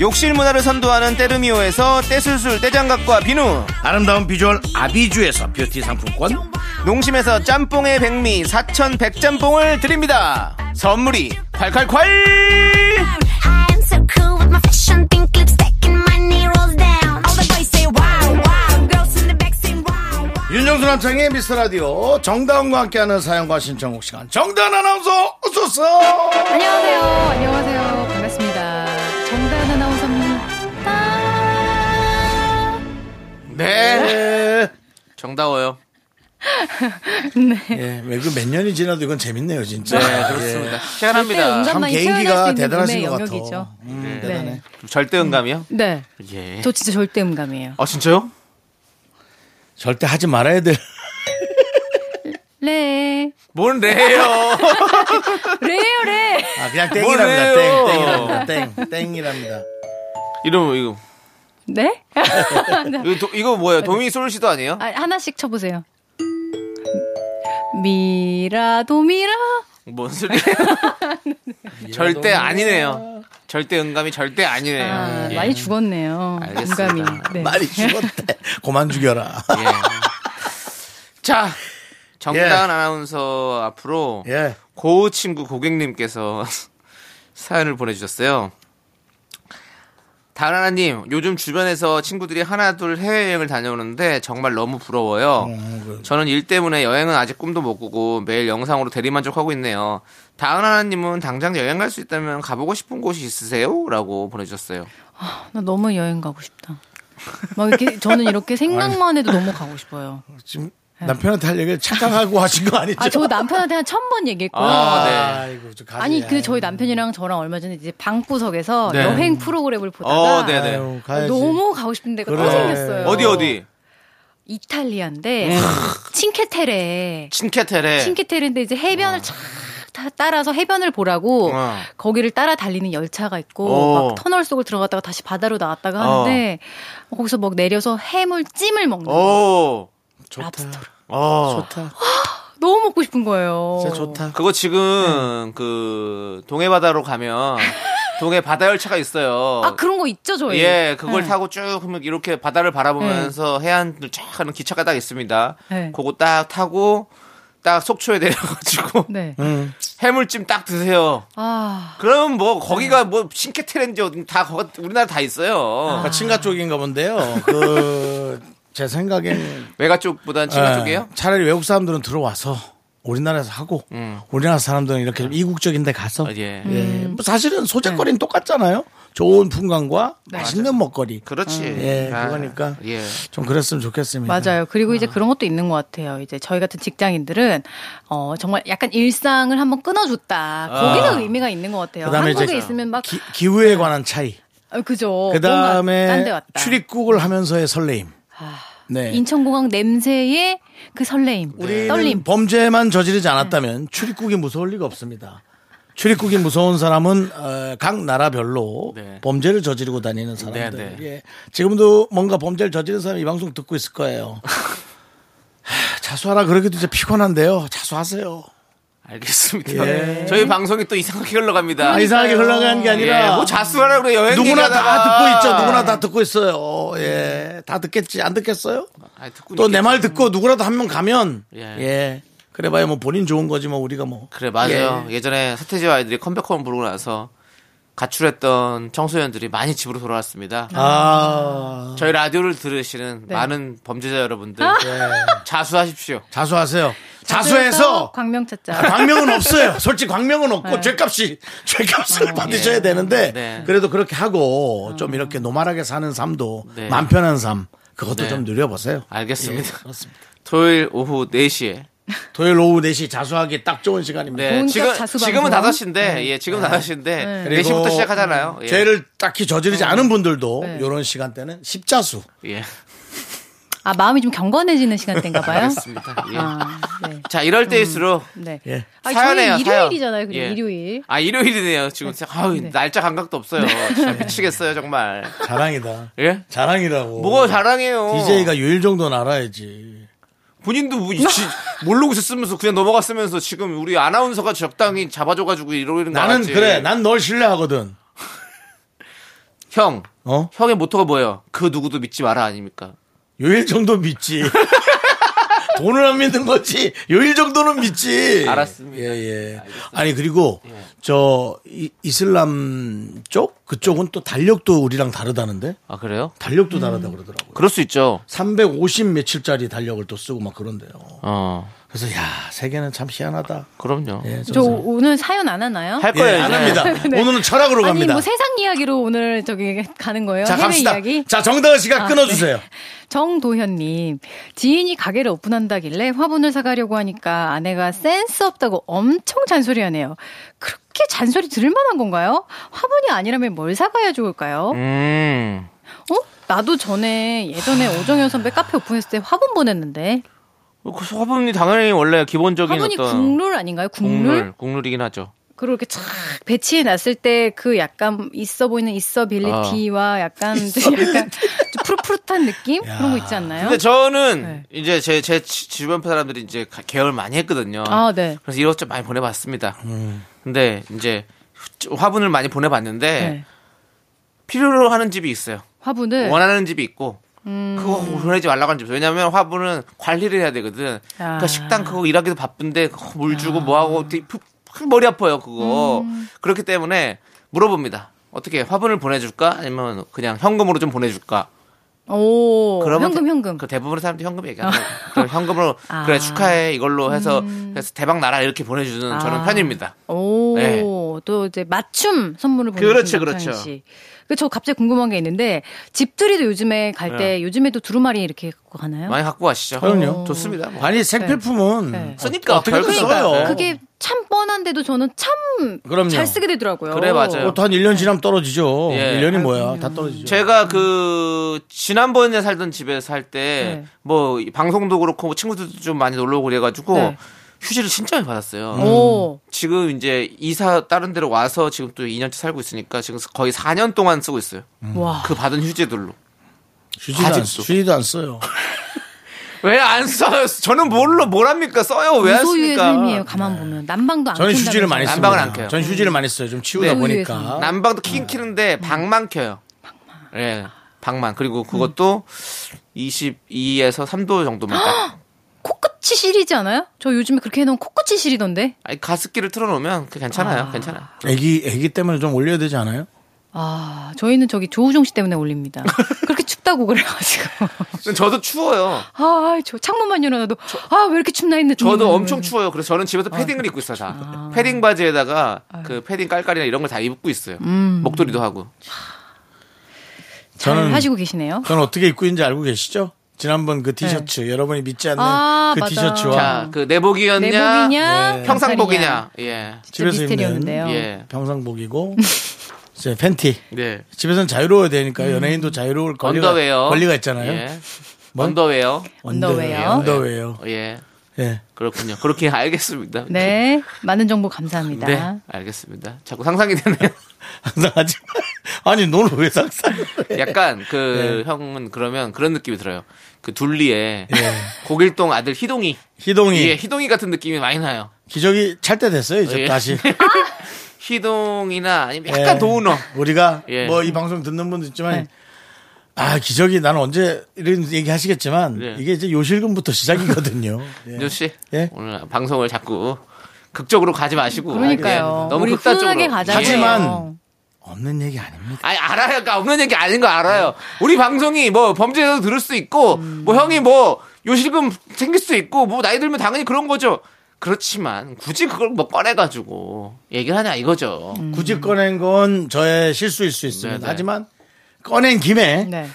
Speaker 2: 욕실 문화를 선도하는 때르미오에서 떼술술 떼장갑과 비누,
Speaker 1: 아름다운 비주얼 아비주에서 뷰티 상품권.
Speaker 2: 농심에서 짬뽕의 백미 사천 백짬뽕을 드립니다. 선물이 콸콸콸!
Speaker 4: I am so cool with my fashion pink lipstick and my knee rolls down. All the boys say wow, wow. Girls in the back say wow, wow.
Speaker 1: 윤정수 남창의 미스터 라디오 정다운과 함께하는 사연과 신청곡 시간. 정다운 아나운서 어서오세요.
Speaker 6: 안녕하세요. 안녕하세요. 반갑습니다. 정다은 아나운서입니다.
Speaker 2: 네. 정다워요.
Speaker 1: 예, 왜 그 몇 년이 지나도 이건 재밌네요, 진짜.
Speaker 2: 네, 그렇습니다. 희한합니다.
Speaker 6: 아, 예. 절대
Speaker 1: 참
Speaker 6: 음감만이 표현할 수
Speaker 1: 개인기가
Speaker 6: 있는
Speaker 1: 대단하신
Speaker 6: 분의
Speaker 1: 것 같아.
Speaker 6: 영역이죠.
Speaker 1: 음,
Speaker 2: 네.
Speaker 1: 대단해.
Speaker 2: 절대 음감이요?
Speaker 6: 네.
Speaker 2: 예.
Speaker 6: 저 진짜 절대 음감이에요.
Speaker 2: 아, 진짜요?
Speaker 1: 절대 하지 말아야 될
Speaker 6: 레.
Speaker 2: 뭔 레요?
Speaker 6: 레요, 레.
Speaker 1: 아, 그냥 땡이랍니다.
Speaker 2: 뭐래요?
Speaker 1: 땡, 땡이랍니다. 땡, 땡이랍니다.
Speaker 2: 이름 이거
Speaker 6: 네?
Speaker 2: 이거, 도- 이거 뭐예요? 도미 솔 씨도 아니에요?
Speaker 6: 아, 하나씩 쳐보세요. 미라 도미라
Speaker 2: 뭔 소리예요? 절대 아니네요. 절대 응감이 절대 아니네요.
Speaker 6: 아,
Speaker 2: 예.
Speaker 6: 많이 죽었네요.
Speaker 2: 알겠습니다.
Speaker 6: 감이 네.
Speaker 1: 말이 죽었대. 그만 죽여라.
Speaker 2: 예. 자, 정단
Speaker 1: 예.
Speaker 2: 아나운서 앞으로
Speaker 1: 예.
Speaker 2: 고우 친구 고객님께서 사연을 보내주셨어요. 다나나님, 요즘 주변에서 친구들이 하나둘 해외여행을 다녀오는데 정말 너무 부러워요.
Speaker 1: 아, 그.
Speaker 2: 저는 일 때문에 여행은 아직 꿈도 못 꾸고 매일 영상으로 대리만족하고 있네요. 다나나님은 당장 여행 갈 수 있다면 가보고 싶은 곳이 있으세요? 라고 보내주셨어요.
Speaker 6: 나 너무 여행 가고 싶다. 막 이렇게 저는 이렇게 생각만 해도 너무 가고 싶어요.
Speaker 1: 지금 남편한테 할 얘기를 착각하고 하신 거 아니죠?
Speaker 6: 아, 저 남편한테 한 천 번 얘기했고요.
Speaker 2: 아, 네.
Speaker 1: 아이고, 저 가지.
Speaker 6: 아니 그 저희 남편이랑 저랑 얼마 전에 이제 방구석에서
Speaker 2: 네.
Speaker 6: 여행 프로그램을 보다가
Speaker 2: 어, 네네.
Speaker 1: 아유, 가야지.
Speaker 6: 너무 가고 싶은 데가
Speaker 1: 그래.
Speaker 6: 또 생겼어요.
Speaker 2: 어디, 음. 어디?
Speaker 6: 이탈리아인데 칭케테레.
Speaker 2: 친케테레.
Speaker 6: 칭케테레인데 이제 해변을 쫙 다- 따라서 해변을 보라고
Speaker 2: 어.
Speaker 6: 거기를 따라 달리는 열차가 있고
Speaker 2: 어.
Speaker 6: 막 터널 속을 들어갔다가 다시 바다로 나왔다가 하는데 거기서 막 내려서 해물찜을 먹는
Speaker 2: 어.
Speaker 6: 거
Speaker 2: 오,
Speaker 6: 랍스터
Speaker 2: 어.
Speaker 1: 좋다.
Speaker 6: 너무 먹고 싶은 거예요.
Speaker 1: 진짜 좋다.
Speaker 2: 그거 지금
Speaker 1: 네.
Speaker 2: 그 동해 바다로 가면 동해 바다 열차가 있어요.
Speaker 6: 아 그런 거 있죠 저희.
Speaker 2: 예, 그걸
Speaker 6: 네.
Speaker 2: 타고 쭉 하면 이렇게 바다를 바라보면서 해안을 쫙 가는 기차가 딱 있습니다.
Speaker 6: 네.
Speaker 2: 그거 딱 타고 딱 속초에 내려가지고
Speaker 6: 네.
Speaker 1: 음.
Speaker 2: 해물찜 딱 드세요.
Speaker 6: 아
Speaker 2: 그럼 뭐
Speaker 6: 네.
Speaker 2: 거기가 뭐 신케트렌지 어디 다 거기 우리나라 다 있어요.
Speaker 1: 아, 친가 쪽인가 본데요. 그, 제 생각엔.
Speaker 2: 외가 쪽보단 친가
Speaker 1: 예,
Speaker 2: 쪽이에요?
Speaker 1: 차라리 외국 사람들은 들어와서 우리나라에서 하고 우리나라 사람들은 이렇게 좀 이국적인 데 가서
Speaker 2: 음. 아, 예.
Speaker 1: 예.
Speaker 6: 음.
Speaker 1: 뭐 사실은 소재거리는
Speaker 6: 네.
Speaker 1: 똑같잖아요. 좋은 풍광과 맛있는 먹거리.
Speaker 2: 그렇지.
Speaker 1: 예,
Speaker 2: 아,
Speaker 1: 그거니까
Speaker 2: 예.
Speaker 1: 좀 그랬으면 좋겠습니다.
Speaker 6: 맞아요. 그리고 이제 그런 것도 있는 것 같아요. 이제 저희 같은 직장인들은 어 정말 약간 일상을 한번 끊어줬다. 거기는 의미가 있는 것 같아요.
Speaker 1: 아. 그다음에
Speaker 6: 한국에
Speaker 1: 이제
Speaker 6: 있으면 막
Speaker 1: 기, 기후에 관한 차이.
Speaker 6: 아, 그죠. 뭔가 딴데
Speaker 1: 그다음에
Speaker 6: 왔다. 아.
Speaker 1: 출입국을 하면서의 설레임. 네.
Speaker 6: 인천공항 냄새의 그 설레임, 네.
Speaker 1: 우리는
Speaker 6: 떨림.
Speaker 1: 음, 범죄만 저지르지 않았다면 출입국이 무서울 리가 없습니다. 출입국이 무서운 사람은 어, 각 나라별로
Speaker 2: 네.
Speaker 1: 범죄를 저지르고 다니는 사람들.
Speaker 2: 네, 네.
Speaker 1: 예. 지금도 뭔가 범죄를 저지른 사람이 이 방송 듣고 있을 거예요. 하, 자수하라 그러기도 이제 피곤한데요. 자수하세요. 아,
Speaker 2: 알겠습니다.
Speaker 1: 예.
Speaker 2: 저희 방송이 또 이상하게 흘러갑니다.
Speaker 1: 아, 이상하게 흘러가는 게
Speaker 2: 예,
Speaker 1: 아니라
Speaker 2: 뭐 자수하라 그래 여행
Speaker 1: 누구나 다 듣고
Speaker 2: 얘기하다가. 네.
Speaker 1: 있죠. 누구나 다 듣고 있어요. 예. 다 듣겠지. 안 듣겠어요?
Speaker 2: 아니, 듣고
Speaker 1: 또 내
Speaker 2: 있겠지.
Speaker 1: 말 듣고 누구라도 한 명 가면
Speaker 2: 예.
Speaker 1: 예. 그래봐야 뭐 본인 좋은 거지 뭐 우리가 뭐.
Speaker 2: 그래 맞아요. 예. 전에 서태지와 아이들이 컴백홈 부르고 나서 가출했던 청소년들이 많이 집으로 돌아왔습니다.
Speaker 1: 아.
Speaker 2: 저희 라디오를 들으시는
Speaker 6: 네.
Speaker 2: 많은 범죄자 여러분들
Speaker 6: 아.
Speaker 2: 자수하십시오.
Speaker 1: 자수하세요. 자수해서 아,
Speaker 6: 광명 찾자.
Speaker 1: 광명은 없어요. 솔직히 광명은 없고 죄값이 죄값을 받으셔야
Speaker 2: 예.
Speaker 1: 되는데
Speaker 2: 네. 아.
Speaker 1: 그래도 그렇게 하고 좀 이렇게 노말하게 사는 삶도
Speaker 2: 네.
Speaker 1: 맘 편한 삶 그것도
Speaker 2: 네.
Speaker 1: 좀 누려보세요.
Speaker 2: 알겠습니다.
Speaker 6: 예,
Speaker 1: 그렇습니다.
Speaker 2: 토요일 오후 4시에
Speaker 1: 토요일 오후 4시 자수하기 딱 좋은 시간입니다.
Speaker 2: 네,
Speaker 6: 본격
Speaker 2: 지금
Speaker 6: 자수
Speaker 2: 지금은
Speaker 6: 방송? 네.
Speaker 2: 5시인데 예, 지금 다 5시인데 4시부터
Speaker 6: 음,
Speaker 2: 시작하잖아요. 예.
Speaker 1: 어, 죄를 딱히 저지르지
Speaker 2: 어.
Speaker 1: 않은 분들도 이런 시간대는 십자수.
Speaker 2: 예.
Speaker 6: 아 마음이 좀 경건해지는 시간대인가 봐요.
Speaker 2: 알겠습니다. 예.
Speaker 6: 아, 네.
Speaker 2: 자, 이럴 때일수록
Speaker 6: 네.
Speaker 1: 예.
Speaker 6: 아니,
Speaker 2: 사연해요,
Speaker 6: 저희
Speaker 2: 사연.
Speaker 6: 일요일이잖아요. 그리고
Speaker 2: 예.
Speaker 6: 일요일.
Speaker 2: 아, 일요일이네요. 지금 아우,
Speaker 6: 네.
Speaker 2: 날짜 감각도 없어요. 진짜 미치겠어요, 정말.
Speaker 1: 자랑이다.
Speaker 2: 예?
Speaker 1: 자랑이라고.
Speaker 2: 뭐가 자랑해요.
Speaker 1: DJ가 유일 정도는 알아야지.
Speaker 2: 본인도 뭐 지- 모르고 있었으면서 그냥 넘어갔으면서 지금 우리 아나운서가 적당히 잡아줘가지고 이러는 거
Speaker 1: 나는
Speaker 2: 알았지.
Speaker 1: 그래. 난 널 신뢰하거든.
Speaker 2: 형
Speaker 1: 어?
Speaker 2: 형의 모토가 뭐예요? 그 누구도 믿지 마라 아닙니까?
Speaker 1: 요일 정도 믿지. 돈을 안 믿는 거지. 요일 정도는 믿지.
Speaker 2: 알았습니다. 예.
Speaker 1: 예, 예. 아니, 그리고, 저, 이, 이슬람 쪽? 그쪽은 또 달력도 우리랑 다르다는데?
Speaker 2: 아 그래요?
Speaker 1: 달력도 다르다고 그러더라고요.
Speaker 2: 그럴 수 있죠.
Speaker 1: 350 며칠짜리 달력을 또 쓰고 막 그런데요.
Speaker 2: 어
Speaker 1: 그래서, 야, 세계는 참 희한하다.
Speaker 2: 그럼요.
Speaker 1: 예,
Speaker 6: 저
Speaker 1: 저는-
Speaker 6: 오늘 사연 안 하나요?
Speaker 2: 할
Speaker 1: 예,
Speaker 2: 거예요.
Speaker 1: 안
Speaker 2: 이제. 네.
Speaker 1: 합니다. 오늘은 철학으로
Speaker 6: 아니
Speaker 1: 갑니다.
Speaker 6: 뭐 세상 이야기로 오늘 저기 가는 거예요.
Speaker 1: 자,
Speaker 6: 해외
Speaker 1: 갑시다.
Speaker 6: 이야기.
Speaker 1: 자, 정다은
Speaker 2: 아,
Speaker 1: 씨가 끊어주세요.
Speaker 2: 네.
Speaker 6: 정도현님 지인이 가게를 오픈한다길래 화분을 사가려고 하니까 아내가 센스 없다고 엄청 잔소리하네요. 그렇게 잔소리 들을 만한 건가요? 화분이 아니라면 뭘 사가야 좋을까요?
Speaker 2: 음
Speaker 6: 어? 나도 전에 예전에 오정현 선배 카페 오픈했을 때 화분 보냈는데
Speaker 2: 그 어, 화분이 당연히 원래 기본적인
Speaker 6: 화분이
Speaker 2: 어떤
Speaker 6: 국룰 아닌가요? 국룰?
Speaker 2: 국룰 국룰이긴 하죠.
Speaker 6: 그리고 이렇게 쫙 배치해 놨을 때 그 약간 있어 보이는 있어빌리티와
Speaker 2: 아.
Speaker 6: 약간 좀 약간 좀 푸릇푸릇한 느낌 그런 거 있지 않나요?
Speaker 2: 근데 저는
Speaker 6: 네.
Speaker 2: 이제 제, 제 지- 주변 사람들이 이제 가- 개월 많이 했거든요.
Speaker 6: 아, 네. 음.
Speaker 2: 그래서 이것저것 많이 보내봤습니다. 근데 이제 화분을 많이 보내봤는데
Speaker 6: 네.
Speaker 2: 필요로 하는 집이 있어요.
Speaker 6: 화분을
Speaker 2: 원하는 집이 있고
Speaker 6: 음.
Speaker 2: 그거 보내지 말라고 하는 집. 왜냐하면 화분은 관리를 해야 되거든. 그러니까
Speaker 6: 아.
Speaker 2: 식당 그거 일하기도 바쁜데 그거 물 주고 뭐 하고 되게 푸- 큰 머리 아파요 그거.
Speaker 6: 음.
Speaker 2: 그렇기 때문에 물어봅니다. 어떻게 화분을 보내줄까? 아니면 그냥 현금으로 좀 보내줄까?
Speaker 6: 오
Speaker 2: 그러면
Speaker 6: 어, 현금
Speaker 2: 대-
Speaker 6: 현금
Speaker 2: 그 대부분의 사람들이 현금 얘기하고 그럼 현금으로
Speaker 6: 아. 음.
Speaker 2: 그래 축하해 이걸로 해서 그래서 대박 나라 이렇게 보내주는 저는
Speaker 6: 아.
Speaker 2: 편입니다.
Speaker 6: 오,
Speaker 2: 네.
Speaker 6: 또 이제 맞춤 선물을
Speaker 2: 그렇죠,
Speaker 6: 보내주신 남창희
Speaker 2: 그렇죠.
Speaker 6: 씨. 그저 갑자기 궁금한 게 있는데 집들이도 요즘에 갈 때
Speaker 2: 네.
Speaker 6: 요즘에도 두루마리 이렇게 갖고 가나요? 어.
Speaker 2: 많이 갖고 가시죠.
Speaker 1: 그럼요.
Speaker 2: 좋습니다. 뭐.
Speaker 1: 네. 아니 생필품은
Speaker 6: 네.
Speaker 2: 쓰니까
Speaker 1: 어떻게든
Speaker 2: 별거
Speaker 1: 써요.
Speaker 2: 없어요.
Speaker 6: 그게 참 뻔한데도 저는 참
Speaker 1: 그럼요.
Speaker 6: 잘 쓰게 되더라고요.
Speaker 2: 그래, 맞아요.
Speaker 1: 옷한 1년 지나면 떨어지죠.
Speaker 2: 네. 예.
Speaker 1: 1년이 뭐야. 다 떨어지죠.
Speaker 2: 제가 그 지난번에 살던 집에 살 때
Speaker 6: 네.
Speaker 2: 뭐 방송도 그렇고 친구들도 좀 많이 놀러 오고 그래가지고
Speaker 6: 네.
Speaker 2: 휴지를 진짜 많이 받았어요.
Speaker 6: 오,
Speaker 2: 지금 이제 이사 다른 데로 와서 지금 또 2년째 살고 있으니까 지금 거의 4년 동안 쓰고 있어요.
Speaker 1: 음.
Speaker 6: 와.
Speaker 2: 그 받은 휴지들로.
Speaker 1: 휴지도 안,
Speaker 2: 아직도.
Speaker 1: 휴지도 안 써요.
Speaker 2: 왜 안 써요? 저는 뭘로 뭘 합니까? 써요. 왜 안
Speaker 6: 무소유의
Speaker 2: 씁니까? 네.
Speaker 6: 삶이에요. 가만 보면 난방도 안
Speaker 1: 저는
Speaker 6: 켠다면서.
Speaker 1: 휴지를 많이 씁니다.
Speaker 2: 난방을 안 켜요.
Speaker 1: 전
Speaker 6: 음.
Speaker 1: 휴지를 많이 써요. 좀 치우다
Speaker 2: 네.
Speaker 1: 보니까.
Speaker 2: 난방도 키긴 키는데 방만 켜요. 네. 방만. 예. 방만. 그리고 그것도 22에서 3도 정도만 딱.
Speaker 6: 코끝이 시리지 않아요? 저 요즘에 그렇게 해놓은 코끝이 시리던데.
Speaker 2: 아니, 가습기를 틀어놓으면 그게 괜찮아요. 괜찮아요.
Speaker 1: 애기 애기 때문에 좀 올려야 되지 않아요?
Speaker 6: 아, 저희는 저기 조우종 씨 때문에 올립니다. 그렇게 춥다고 그래가지고.
Speaker 2: 근데 저도 추워요.
Speaker 6: 아, 저 창문만 열어놔도 아 왜 이렇게 춥나 했는데.
Speaker 2: 저도 엄청 추워요. 음. 아, 그래서 저는 집에서 패딩을 입고 있어요. 다. 패딩 바지에다가 그 패딩 깔깔이나 이런 걸 다 입고 있어요. 목도리도 하고.
Speaker 6: 잘
Speaker 1: 저는-
Speaker 6: 하시고 계시네요.
Speaker 1: 저는 어떻게 입고 있는지 알고 계시죠? 지난번 그 티셔츠 여러분이 믿지 않는
Speaker 6: 네. 아,
Speaker 1: 그
Speaker 6: 맞아.
Speaker 1: 티셔츠와
Speaker 2: 자, 그 내복이었냐?
Speaker 6: 내복이냐,
Speaker 1: 네.
Speaker 2: 평상복이냐? 예.
Speaker 6: 진짜
Speaker 1: 집에서
Speaker 6: 미스테리였는데요.
Speaker 1: 입는
Speaker 2: 예.
Speaker 1: 평상복이고 이제 팬티.
Speaker 2: 네.
Speaker 1: 집에서는 자유로워야 되니까
Speaker 6: 음.
Speaker 1: 연예인도 자유로울 권리가,
Speaker 2: 언더웨어.
Speaker 1: 권리가 있잖아요.
Speaker 2: 예.
Speaker 1: 뭐?
Speaker 2: 언더웨어.
Speaker 6: 언더웨어.
Speaker 1: 언더웨어.
Speaker 2: 예.
Speaker 1: 예.
Speaker 2: 그렇군요. 그렇게 알겠습니다.
Speaker 6: 네, 많은 정보 감사합니다.
Speaker 2: 네, 알겠습니다. 자꾸 상상이 되네요.
Speaker 1: 항상 하지 마. 아니, 너는 왜 상상을 해?
Speaker 2: 약간 그
Speaker 1: 네.
Speaker 2: 형은 그러면 그런 느낌이 들어요. 그 둘리에 고길동 아들 희동이.
Speaker 1: 예. 희동이
Speaker 2: 예, 희동이 같은 느낌이 많이 나요.
Speaker 1: 기저귀 찰 때 됐어요, 이제
Speaker 2: 예.
Speaker 1: 다시.
Speaker 2: 희동이나 아니면 약간
Speaker 1: 예.
Speaker 2: 도우너.
Speaker 1: 우리가
Speaker 2: 예. 네.
Speaker 1: 뭐 이 방송 듣는 분도 있지만 아 기적이 나는 언제 이런 얘기 하시겠지만
Speaker 2: 예.
Speaker 1: 이게 이제 요실금부터 시작이거든요. 예.
Speaker 2: 민조 씨,
Speaker 1: 예.
Speaker 2: 오늘 방송을 자꾸 극적으로 가지 마시고
Speaker 6: 그러니까요.
Speaker 2: 예, 너무
Speaker 6: 우리
Speaker 2: 극단적으로
Speaker 6: 훈훈하게 가자.
Speaker 1: 하지만
Speaker 6: 그래요.
Speaker 1: 없는 얘기 아닙니다.
Speaker 2: 아니 알아요. 그러니까 없는 얘기 아닌 거 알아요. 우리 방송이 뭐 범죄에서 들을 수 있고 뭐 형이 뭐 요실금 생길 수 있고 뭐 나이 들면 당연히 그런 거죠. 그렇지만 굳이 그걸 뭐 꺼내가지고 얘기를 하냐 이거죠.
Speaker 1: 굳이 꺼낸 건 저의 실수일 수 있습니다.
Speaker 2: 네, 네.
Speaker 1: 하지만 꺼낸 김에
Speaker 6: 네.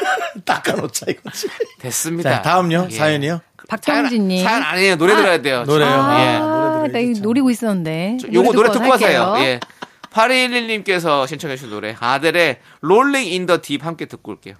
Speaker 1: 닦아놓자 이거지.
Speaker 2: 됐습니다.
Speaker 1: 자 다음요
Speaker 2: 예.
Speaker 1: 사연이요.
Speaker 6: 박경진님.
Speaker 2: 사연, 사연 아니에요. 노래 들어야 돼요.
Speaker 1: 노래요.
Speaker 2: 예.
Speaker 6: 아,
Speaker 1: 노래
Speaker 6: 나 이거
Speaker 1: 들어야지,
Speaker 6: 노리고 있었는데.
Speaker 2: 저- 요거 노래 듣고
Speaker 6: 할게요.
Speaker 2: 가세요. 예. 8211님께서 신청해주신 노래 아델의 롤링 인 더 딥 함께 듣고 올게요.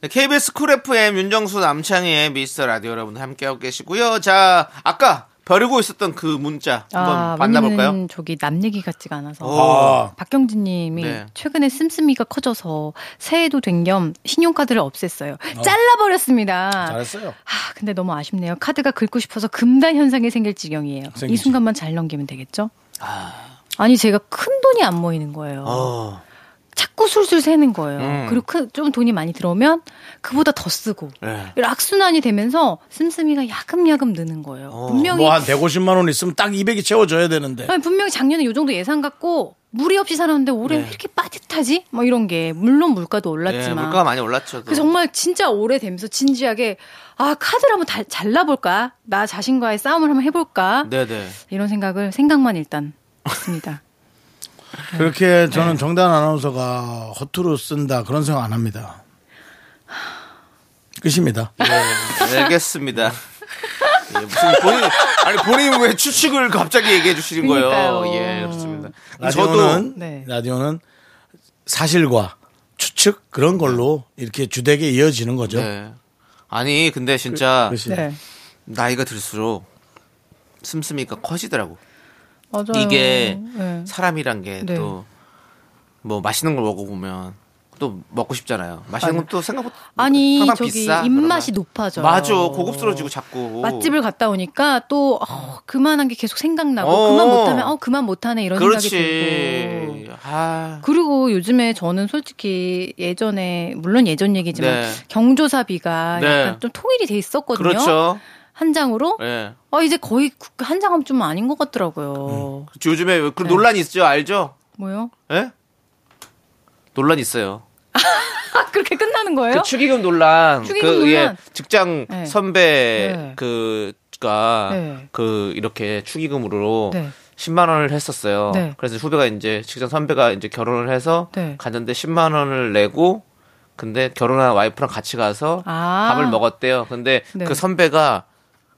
Speaker 2: 네, KBS 쿨 FM 윤정수 남창희의 미스터 라디오 여러분 함께하고 계시고요. 자 아까 버리고 있었던 그 문자 한번
Speaker 6: 아,
Speaker 2: 만나볼까요? 어,
Speaker 6: 왜냐면 저기 남 얘기 같지가 않아서.
Speaker 1: 아,
Speaker 6: 박경진 님이
Speaker 2: 네.
Speaker 6: 최근에 씀씀이가 커져서 새해도 된 겸 신용카드를 없앴어요. 잘라버렸습니다.
Speaker 1: 아. 잘했어요.
Speaker 6: 아, 근데 너무 아쉽네요. 카드가 긁고 싶어서 금단 현상이 생길 지경이에요. 이
Speaker 1: 생기지.
Speaker 6: 순간만 잘 넘기면 되겠죠? 아... 니 제가 큰 돈이 안 모이는 거예요.
Speaker 2: 어,
Speaker 6: 자꾸 술술 새는 거예요.
Speaker 2: 음.
Speaker 6: 그리고 큰- 좀 돈이 많이 들어오면 그보다 더 쓰고
Speaker 2: 네.
Speaker 6: 악순환이 되면서 씀씀이가 야금야금 느는 거예요.
Speaker 2: 어.
Speaker 6: 분명히
Speaker 1: 뭐 한 150만 원 있으면 딱 200이 채워줘야 되는데.
Speaker 6: 아니, 분명히 작년에 요 정도 예산 갖고 무리 없이 살았는데 올해
Speaker 2: 네.
Speaker 6: 왜 이렇게 빠듯하지? 뭐 이런 게 물론 물가도 올랐지만
Speaker 2: 예, 물가가 많이 올랐죠. 또.
Speaker 6: 그 정말 진짜 오래 되면서 진지하게 아 카드를 한번 다- 잘라볼까 나 자신과의 싸움을 한번 해볼까
Speaker 2: 네네.
Speaker 6: 이런 생각을 생각만 일단 했습니다.
Speaker 1: 그렇게 저는 정단 아나운서가 허투루 쓴다 그런 생각 안 합니다. 끝입니다.
Speaker 2: 네, 알겠습니다. 예, 무슨 본인 아니 본인 왜 추측을 갑자기 얘기해 주시는 거예요?
Speaker 6: 그러니까요.
Speaker 2: 예 그렇습니다.
Speaker 1: 라디오는
Speaker 6: 네.
Speaker 1: 라디오는 사실과 추측 그런 걸로 이렇게 주되게 이어지는 거죠.
Speaker 2: 네. 아니 근데 진짜
Speaker 1: 그렇지.
Speaker 6: 네.
Speaker 2: 나이가 들수록 씀씀이가 커지더라고.
Speaker 6: 맞아요.
Speaker 2: 이게
Speaker 6: 네.
Speaker 2: 사람이란 게 또
Speaker 6: 네.
Speaker 2: 뭐 맛있는 걸 먹어보면 또 먹고 싶잖아요. 맛있는 건 또 생각보다
Speaker 6: 아니
Speaker 2: 항상
Speaker 6: 저기
Speaker 2: 비싸,
Speaker 6: 입맛이
Speaker 2: 그러나.
Speaker 6: 높아져요.
Speaker 2: 맞아 고급스러워지고 자꾸
Speaker 6: 맛집을 갔다 오니까 또 어, 그만한 게 계속 생각나고
Speaker 2: 어.
Speaker 6: 그만 못하면 어 그만 못하네 이런 생각이 들고
Speaker 2: 그렇지 아
Speaker 6: 그리고 요즘에 저는 솔직히 예전에 물론 예전 얘기지만
Speaker 2: 네.
Speaker 6: 경조사비가
Speaker 2: 네.
Speaker 6: 약간 좀 통일이 돼 있었거든요.
Speaker 2: 그렇죠
Speaker 6: 한 장으로
Speaker 2: 예
Speaker 6: 아 이제 거의 그- 한 장은 좀 아닌 것 같더라고요.
Speaker 2: 요즘에
Speaker 6: 네.
Speaker 2: 그 논란이 있죠 알죠
Speaker 6: 뭐요?
Speaker 2: 예 논란 있어요
Speaker 6: 아 그렇게 끝나는 거예요?
Speaker 2: 그 축의금 논란
Speaker 6: 축의금
Speaker 2: 그,
Speaker 6: 논란.
Speaker 2: 예, 직장
Speaker 6: 네.
Speaker 2: 선배 그,
Speaker 6: 네.
Speaker 2: 그가
Speaker 6: 네.
Speaker 2: 그 이렇게 축의금으로
Speaker 6: 네.
Speaker 2: 10만 원을 했었어요.
Speaker 6: 네.
Speaker 2: 그래서 후배가 이제 직장 선배가 이제 결혼을 해서
Speaker 6: 네.
Speaker 2: 갔는데 10만 원을 내고 근데 결혼한 와이프랑 같이 가서
Speaker 6: 아.
Speaker 2: 밥을 먹었대요. 근데
Speaker 6: 네.
Speaker 2: 그 선배가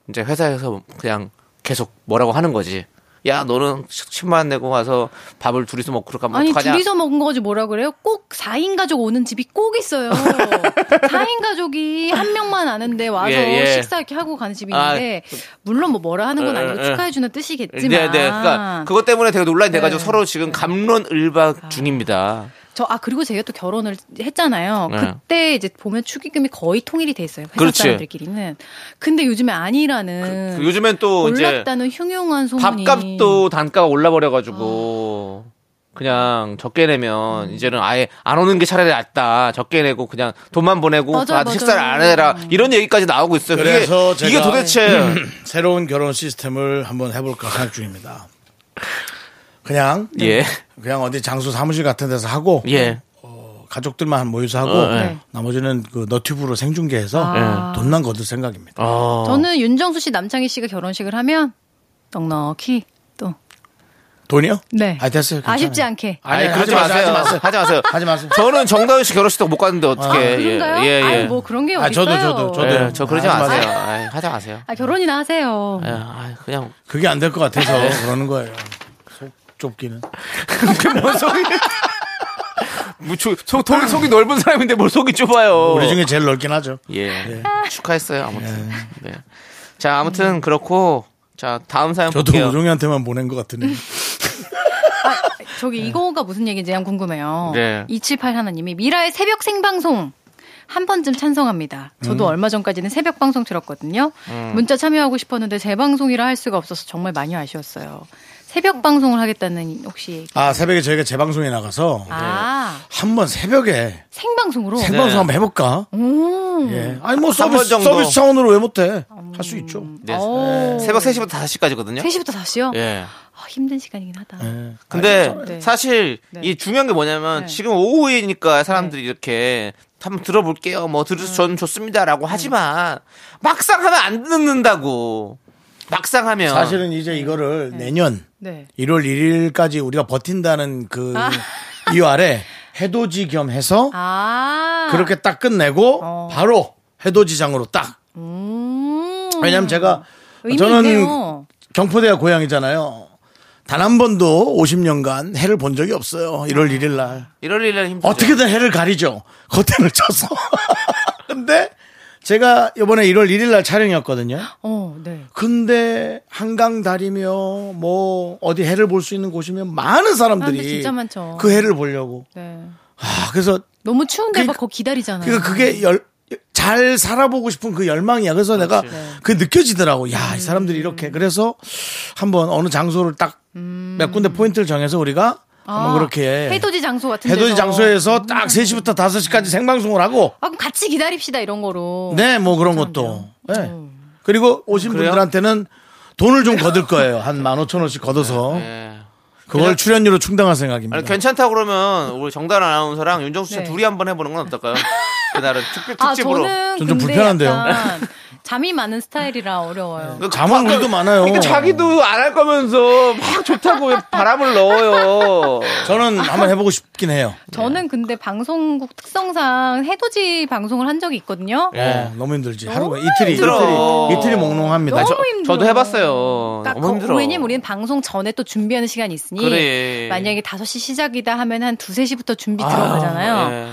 Speaker 2: 이제 회사에서 그냥 계속 뭐라고 하는 거지. 야, 너는 10만 원 내고 가서 밥을 둘이서 먹고 뭐 가면
Speaker 6: 아니
Speaker 2: 어떡하냐?
Speaker 6: 둘이서 먹은 거지 뭐라 그래요? 꼭 4인 가족 오는 집이 꼭 있어요. 4인 가족이 한 명만 아는데 와서
Speaker 2: 예, 아, 예.
Speaker 6: 식사 이렇게 하고 가는 집이 있는데 물론 뭐 뭐라 하는 건
Speaker 2: 에,
Speaker 6: 아니고
Speaker 2: 에, 에.
Speaker 6: 축하해 주는 뜻이겠지만
Speaker 2: 어, 네, 네. 그러니까 그것 때문에 되게 논란이 돼가지고
Speaker 6: 네.
Speaker 2: 서로 지금 감론을박 중입니다.
Speaker 6: 저 아 그리고 제가 또 결혼을 했잖아요.
Speaker 2: 네.
Speaker 6: 그때 이제 보면 축의금이 거의 통일이 돼 있어요. 회사
Speaker 2: 그렇지.
Speaker 6: 사람들끼리는. 근데 요즘에 아니라는
Speaker 2: 그 요즘엔 또 이제
Speaker 6: 몰랐다는 흉흉한 소문이
Speaker 2: 밥값도 단가가 올라버려가지고 그냥 적게 내면 이제는 아예 안 오는 게 차라리 낫다. 적게 내고 그냥 돈만 보내고
Speaker 6: 맞아요,
Speaker 2: 나한테
Speaker 6: 맞아요.
Speaker 2: 식사를 안 해라. 이런 얘기까지 나오고 있어요. 그게-
Speaker 1: 그래서 제가- 음.
Speaker 2: 이게 도대체
Speaker 1: 새로운 결혼 시스템을 한번 해볼까 생각 중입니다. 그냥
Speaker 2: 예.
Speaker 1: 그냥 어디 장소 사무실 같은 데서 하고
Speaker 2: 예.
Speaker 1: 가족들만 모여서 하고
Speaker 2: 어, 예.
Speaker 6: 네.
Speaker 1: 나머지는 그 너튜브로 생중계해서
Speaker 6: 아.
Speaker 1: 돈만 거둘 생각입니다.
Speaker 2: 어.
Speaker 6: 저는 윤정수 씨, 남창희 씨가 결혼식을 하면 넉넉히 또
Speaker 1: 돈이요?
Speaker 6: 네.
Speaker 1: 아 됐어요. 괜찮아요.
Speaker 6: 아쉽지 않게.
Speaker 2: 아니,
Speaker 1: 아니,
Speaker 2: 그러지
Speaker 1: 하지 마세요,
Speaker 2: 마세요.
Speaker 1: 하지 마세요.
Speaker 2: 하지
Speaker 1: 하지
Speaker 2: 마세요.
Speaker 1: 마세요.
Speaker 2: 저는 정다은 씨 결혼식도 못 갔는데 어떻게? 예.
Speaker 6: 아, 그런가요?
Speaker 2: 예, 예.
Speaker 6: 아니 뭐 그런 게
Speaker 1: 아,
Speaker 6: 어디 있어요?
Speaker 1: 저도, 저도, 저도.
Speaker 2: 예, 저 그러지
Speaker 1: 하지
Speaker 2: 마세요.
Speaker 1: 마세요.
Speaker 2: 아이, 하지 마세요.
Speaker 6: 아 결혼이나 하세요.
Speaker 2: 예, 아이, 그냥
Speaker 1: 그게 안 될 것
Speaker 6: 네.
Speaker 1: 같아서 그러는 거예요. 속 좁기는.
Speaker 2: 뭔 속이 뭐, 저- 저- 통- 속이 넓은 사람인데 뭘 속이
Speaker 6: 어.
Speaker 2: 좁아요.
Speaker 1: 우리 중에 제일 넓긴 하죠.
Speaker 2: 예. 축하했어요. 아무튼. 네. 자, 아무튼 그렇고 자, 다음 사연
Speaker 1: 저도
Speaker 2: 볼게요.
Speaker 1: 우종이한테만 보낸 것 같으니. 네.
Speaker 6: 저기 이거가 무슨 얘기인지 난 궁금해요.
Speaker 2: 네.
Speaker 6: 278 하나님이 미라의 새벽 생방송 한 번쯤 찬성합니다.
Speaker 1: 음.
Speaker 6: 저도 얼마 전까지는 새벽 방송 들었거든요. 문자 참여하고 싶었는데 재방송이라 할 수가 없어서 정말 많이 아쉬웠어요. 새벽 방송을 하겠다는 혹시
Speaker 1: 아 새벽에 저희가 재방송에 나가서
Speaker 6: 아
Speaker 1: 한번 새벽에
Speaker 6: 생방송으로
Speaker 1: 네. 생방송 한번 해볼까?
Speaker 6: 음. 오.
Speaker 1: 예. 아니 뭐
Speaker 2: 한번
Speaker 1: 서비스,
Speaker 2: 정도.
Speaker 1: 서비스 차원으로 왜 못해? 할 수 있죠.
Speaker 6: 음.
Speaker 2: 네.
Speaker 6: 오.
Speaker 2: 새벽 3시부터 5시까지거든요.
Speaker 6: 3시부터 4시요?
Speaker 2: 예.
Speaker 6: 아, 힘든 시간이긴 하다.
Speaker 1: 예.
Speaker 2: 근데
Speaker 6: 네.
Speaker 2: 사실
Speaker 6: 네.
Speaker 2: 이 중요한 게 뭐냐면
Speaker 6: 네.
Speaker 2: 지금 오후이니까 사람들이 이렇게 한번 들어볼게요. 뭐
Speaker 6: 음.
Speaker 2: 들어서 전 좋습니다라고 하지만 막상 하면 안 듣는다고. 막상 하면
Speaker 1: 아, 사실은 이제 이거를 내년
Speaker 6: 네.
Speaker 1: 1월 1일까지 우리가 버틴다는 그 이유 아래 해돋이 겸 해서
Speaker 6: 아.
Speaker 1: 그렇게 딱 끝내고
Speaker 6: 어.
Speaker 1: 바로 해돋이장으로 딱.
Speaker 6: 음.
Speaker 1: 왜냐면 제가
Speaker 6: 의미
Speaker 1: 저는
Speaker 6: 있네요.
Speaker 1: 경포대가 고향이잖아요. 단 한 번도 50년간 해를 본 적이 없어요. 1월 1일 날.
Speaker 2: 이럴 일은 힘들죠.
Speaker 1: 어떻게든 해를 가리죠. 겉에를 쳐서. 근데 제가 이번에 1월 1일 날 촬영이었거든요.
Speaker 6: 어, 네.
Speaker 1: 근데 한강 다리며 뭐 어디 해를 볼 수 있는 곳이면 많은 사람들이
Speaker 6: 사람들 진짜 많죠.
Speaker 1: 그 해를 보려고.
Speaker 6: 네.
Speaker 1: 아, 그래서
Speaker 6: 너무 추운데
Speaker 1: 그러니까-
Speaker 6: 막 거기 기다리잖아요.
Speaker 1: 그러니까 그게 열, 잘 살아보고 싶은 그 열망이야. 그래서 내가
Speaker 2: 네.
Speaker 1: 그게 느껴지더라고. 야, 이 사람들이 이렇게. 그래서 한번 어느 장소를 딱 몇 군데 포인트를 정해서 우리가 한번 그렇게
Speaker 6: 아, 해돋이 장소 같은
Speaker 1: 해돋이
Speaker 6: 데서.
Speaker 1: 장소에서 딱 3시부터 5시까지 생방송을 하고
Speaker 6: 아, 그럼 같이 기다립시다 이런 거로.
Speaker 1: 네, 뭐 그런 것도. 네. 그리고
Speaker 2: 아,
Speaker 1: 오신 분들한테는 돈을 좀 거둘 거예요. 한 15,000원씩 걷어서.
Speaker 2: 예.
Speaker 1: 그걸
Speaker 2: 그냥-
Speaker 1: 출연료로 충당할 생각입니다.
Speaker 2: 아니 괜찮다 그러면 우리 정단 아나운서랑 윤정수 씨
Speaker 6: 네.
Speaker 2: 둘이 한번 해보는 건 어떨까요? 그날은 특별
Speaker 6: 아,
Speaker 2: 특집으로.
Speaker 6: 저는
Speaker 1: 좀좀
Speaker 6: 근데
Speaker 1: 불편한데요. 네.
Speaker 6: 약간 잠이 많은 스타일이라 어려워요.
Speaker 1: 자만 우리도 많아요.
Speaker 2: 그러니까 그 자기도 안 할 거면서 막 좋다고 왜 바람을 넣어요.
Speaker 1: 저는 한번 해보고 싶긴 해요.
Speaker 6: 저는 근데 방송국 특성상 해돋이 방송을 한 적이 있거든요.
Speaker 2: 네.
Speaker 1: 어, 너무 힘들지. 하루가 이틀이,
Speaker 2: 힘들어.
Speaker 1: 이틀이, 이틀이 몽롱합니다.
Speaker 6: 너무
Speaker 1: 저-
Speaker 6: 힘들어.
Speaker 2: 아, 저도 해봤어요.
Speaker 6: 그러니까
Speaker 2: 너무
Speaker 6: 거-
Speaker 2: 힘들어.
Speaker 6: 왜냐면 우리는 방송 전에 또 준비하는 시간이 있으니
Speaker 2: 그래.
Speaker 6: 만약에 5시 시작이다 하면 한 2, 3시부터 준비
Speaker 2: 아,
Speaker 6: 들어가잖아요.
Speaker 2: 예.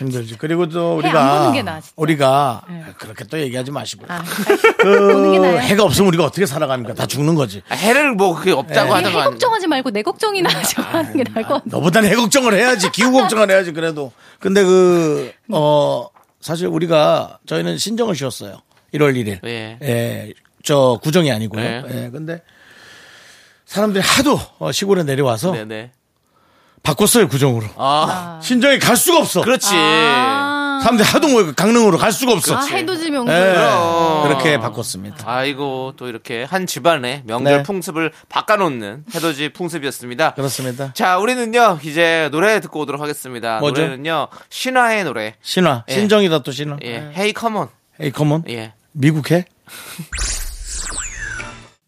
Speaker 1: 힘들지. 그리고 또
Speaker 6: 해안
Speaker 1: 우리가
Speaker 6: 보는 게 나아, 진짜. 네.
Speaker 1: 우리가 그렇게 또 얘기하지 마시고
Speaker 6: 아, 보는 게
Speaker 1: 그
Speaker 6: 나아요.
Speaker 1: 해가 없으면 우리가 어떻게 살아갑니까? 다 죽는 거지.
Speaker 2: 아, 해를 뭐 그게 없다고
Speaker 6: 아니, 네. 해
Speaker 2: 하다가
Speaker 6: 걱정하지 말고 내
Speaker 2: 음.
Speaker 6: 걱정이나 좀 하는 게 나을 것 같아요.
Speaker 1: 너보다는 해 걱정을 해야지. 기후 걱정을 해야지 그래도. 근데 그 어 사실 우리가 저희는 신정을 쉬었어요. 1월 1일.
Speaker 2: 예.
Speaker 1: 예, 저 구정이 아니고요.
Speaker 2: 예.
Speaker 1: 예. 근데 사람들이 하도 어, 시골에 내려와서
Speaker 2: 네네.
Speaker 1: 바꿨어요 구정으로.
Speaker 2: 아,
Speaker 1: 신정에 갈 수가 없어.
Speaker 2: 그렇지.
Speaker 1: 사람들이 하도 모여 강릉으로 갈 수가 없어.
Speaker 6: 아, 해돋이 명절.
Speaker 1: 예,
Speaker 2: 그럼.
Speaker 1: 그렇게 바꿨습니다.
Speaker 2: 아이고 또 이렇게 한 집안의 명절
Speaker 1: 네.
Speaker 2: 풍습을 바꿔놓는 해돋이 풍습이었습니다.
Speaker 1: 그렇습니다.
Speaker 2: 자, 우리는요 이제 노래 듣고 오도록 하겠습니다.
Speaker 1: 뭐죠?
Speaker 2: 노래는요 신화의 노래.
Speaker 1: 신화.
Speaker 2: 예.
Speaker 1: 신정이다 또 신화.
Speaker 2: 예,
Speaker 6: 네.
Speaker 2: 헤이 컴온.
Speaker 1: 에이 컴온.
Speaker 2: 예.
Speaker 1: 미국 해?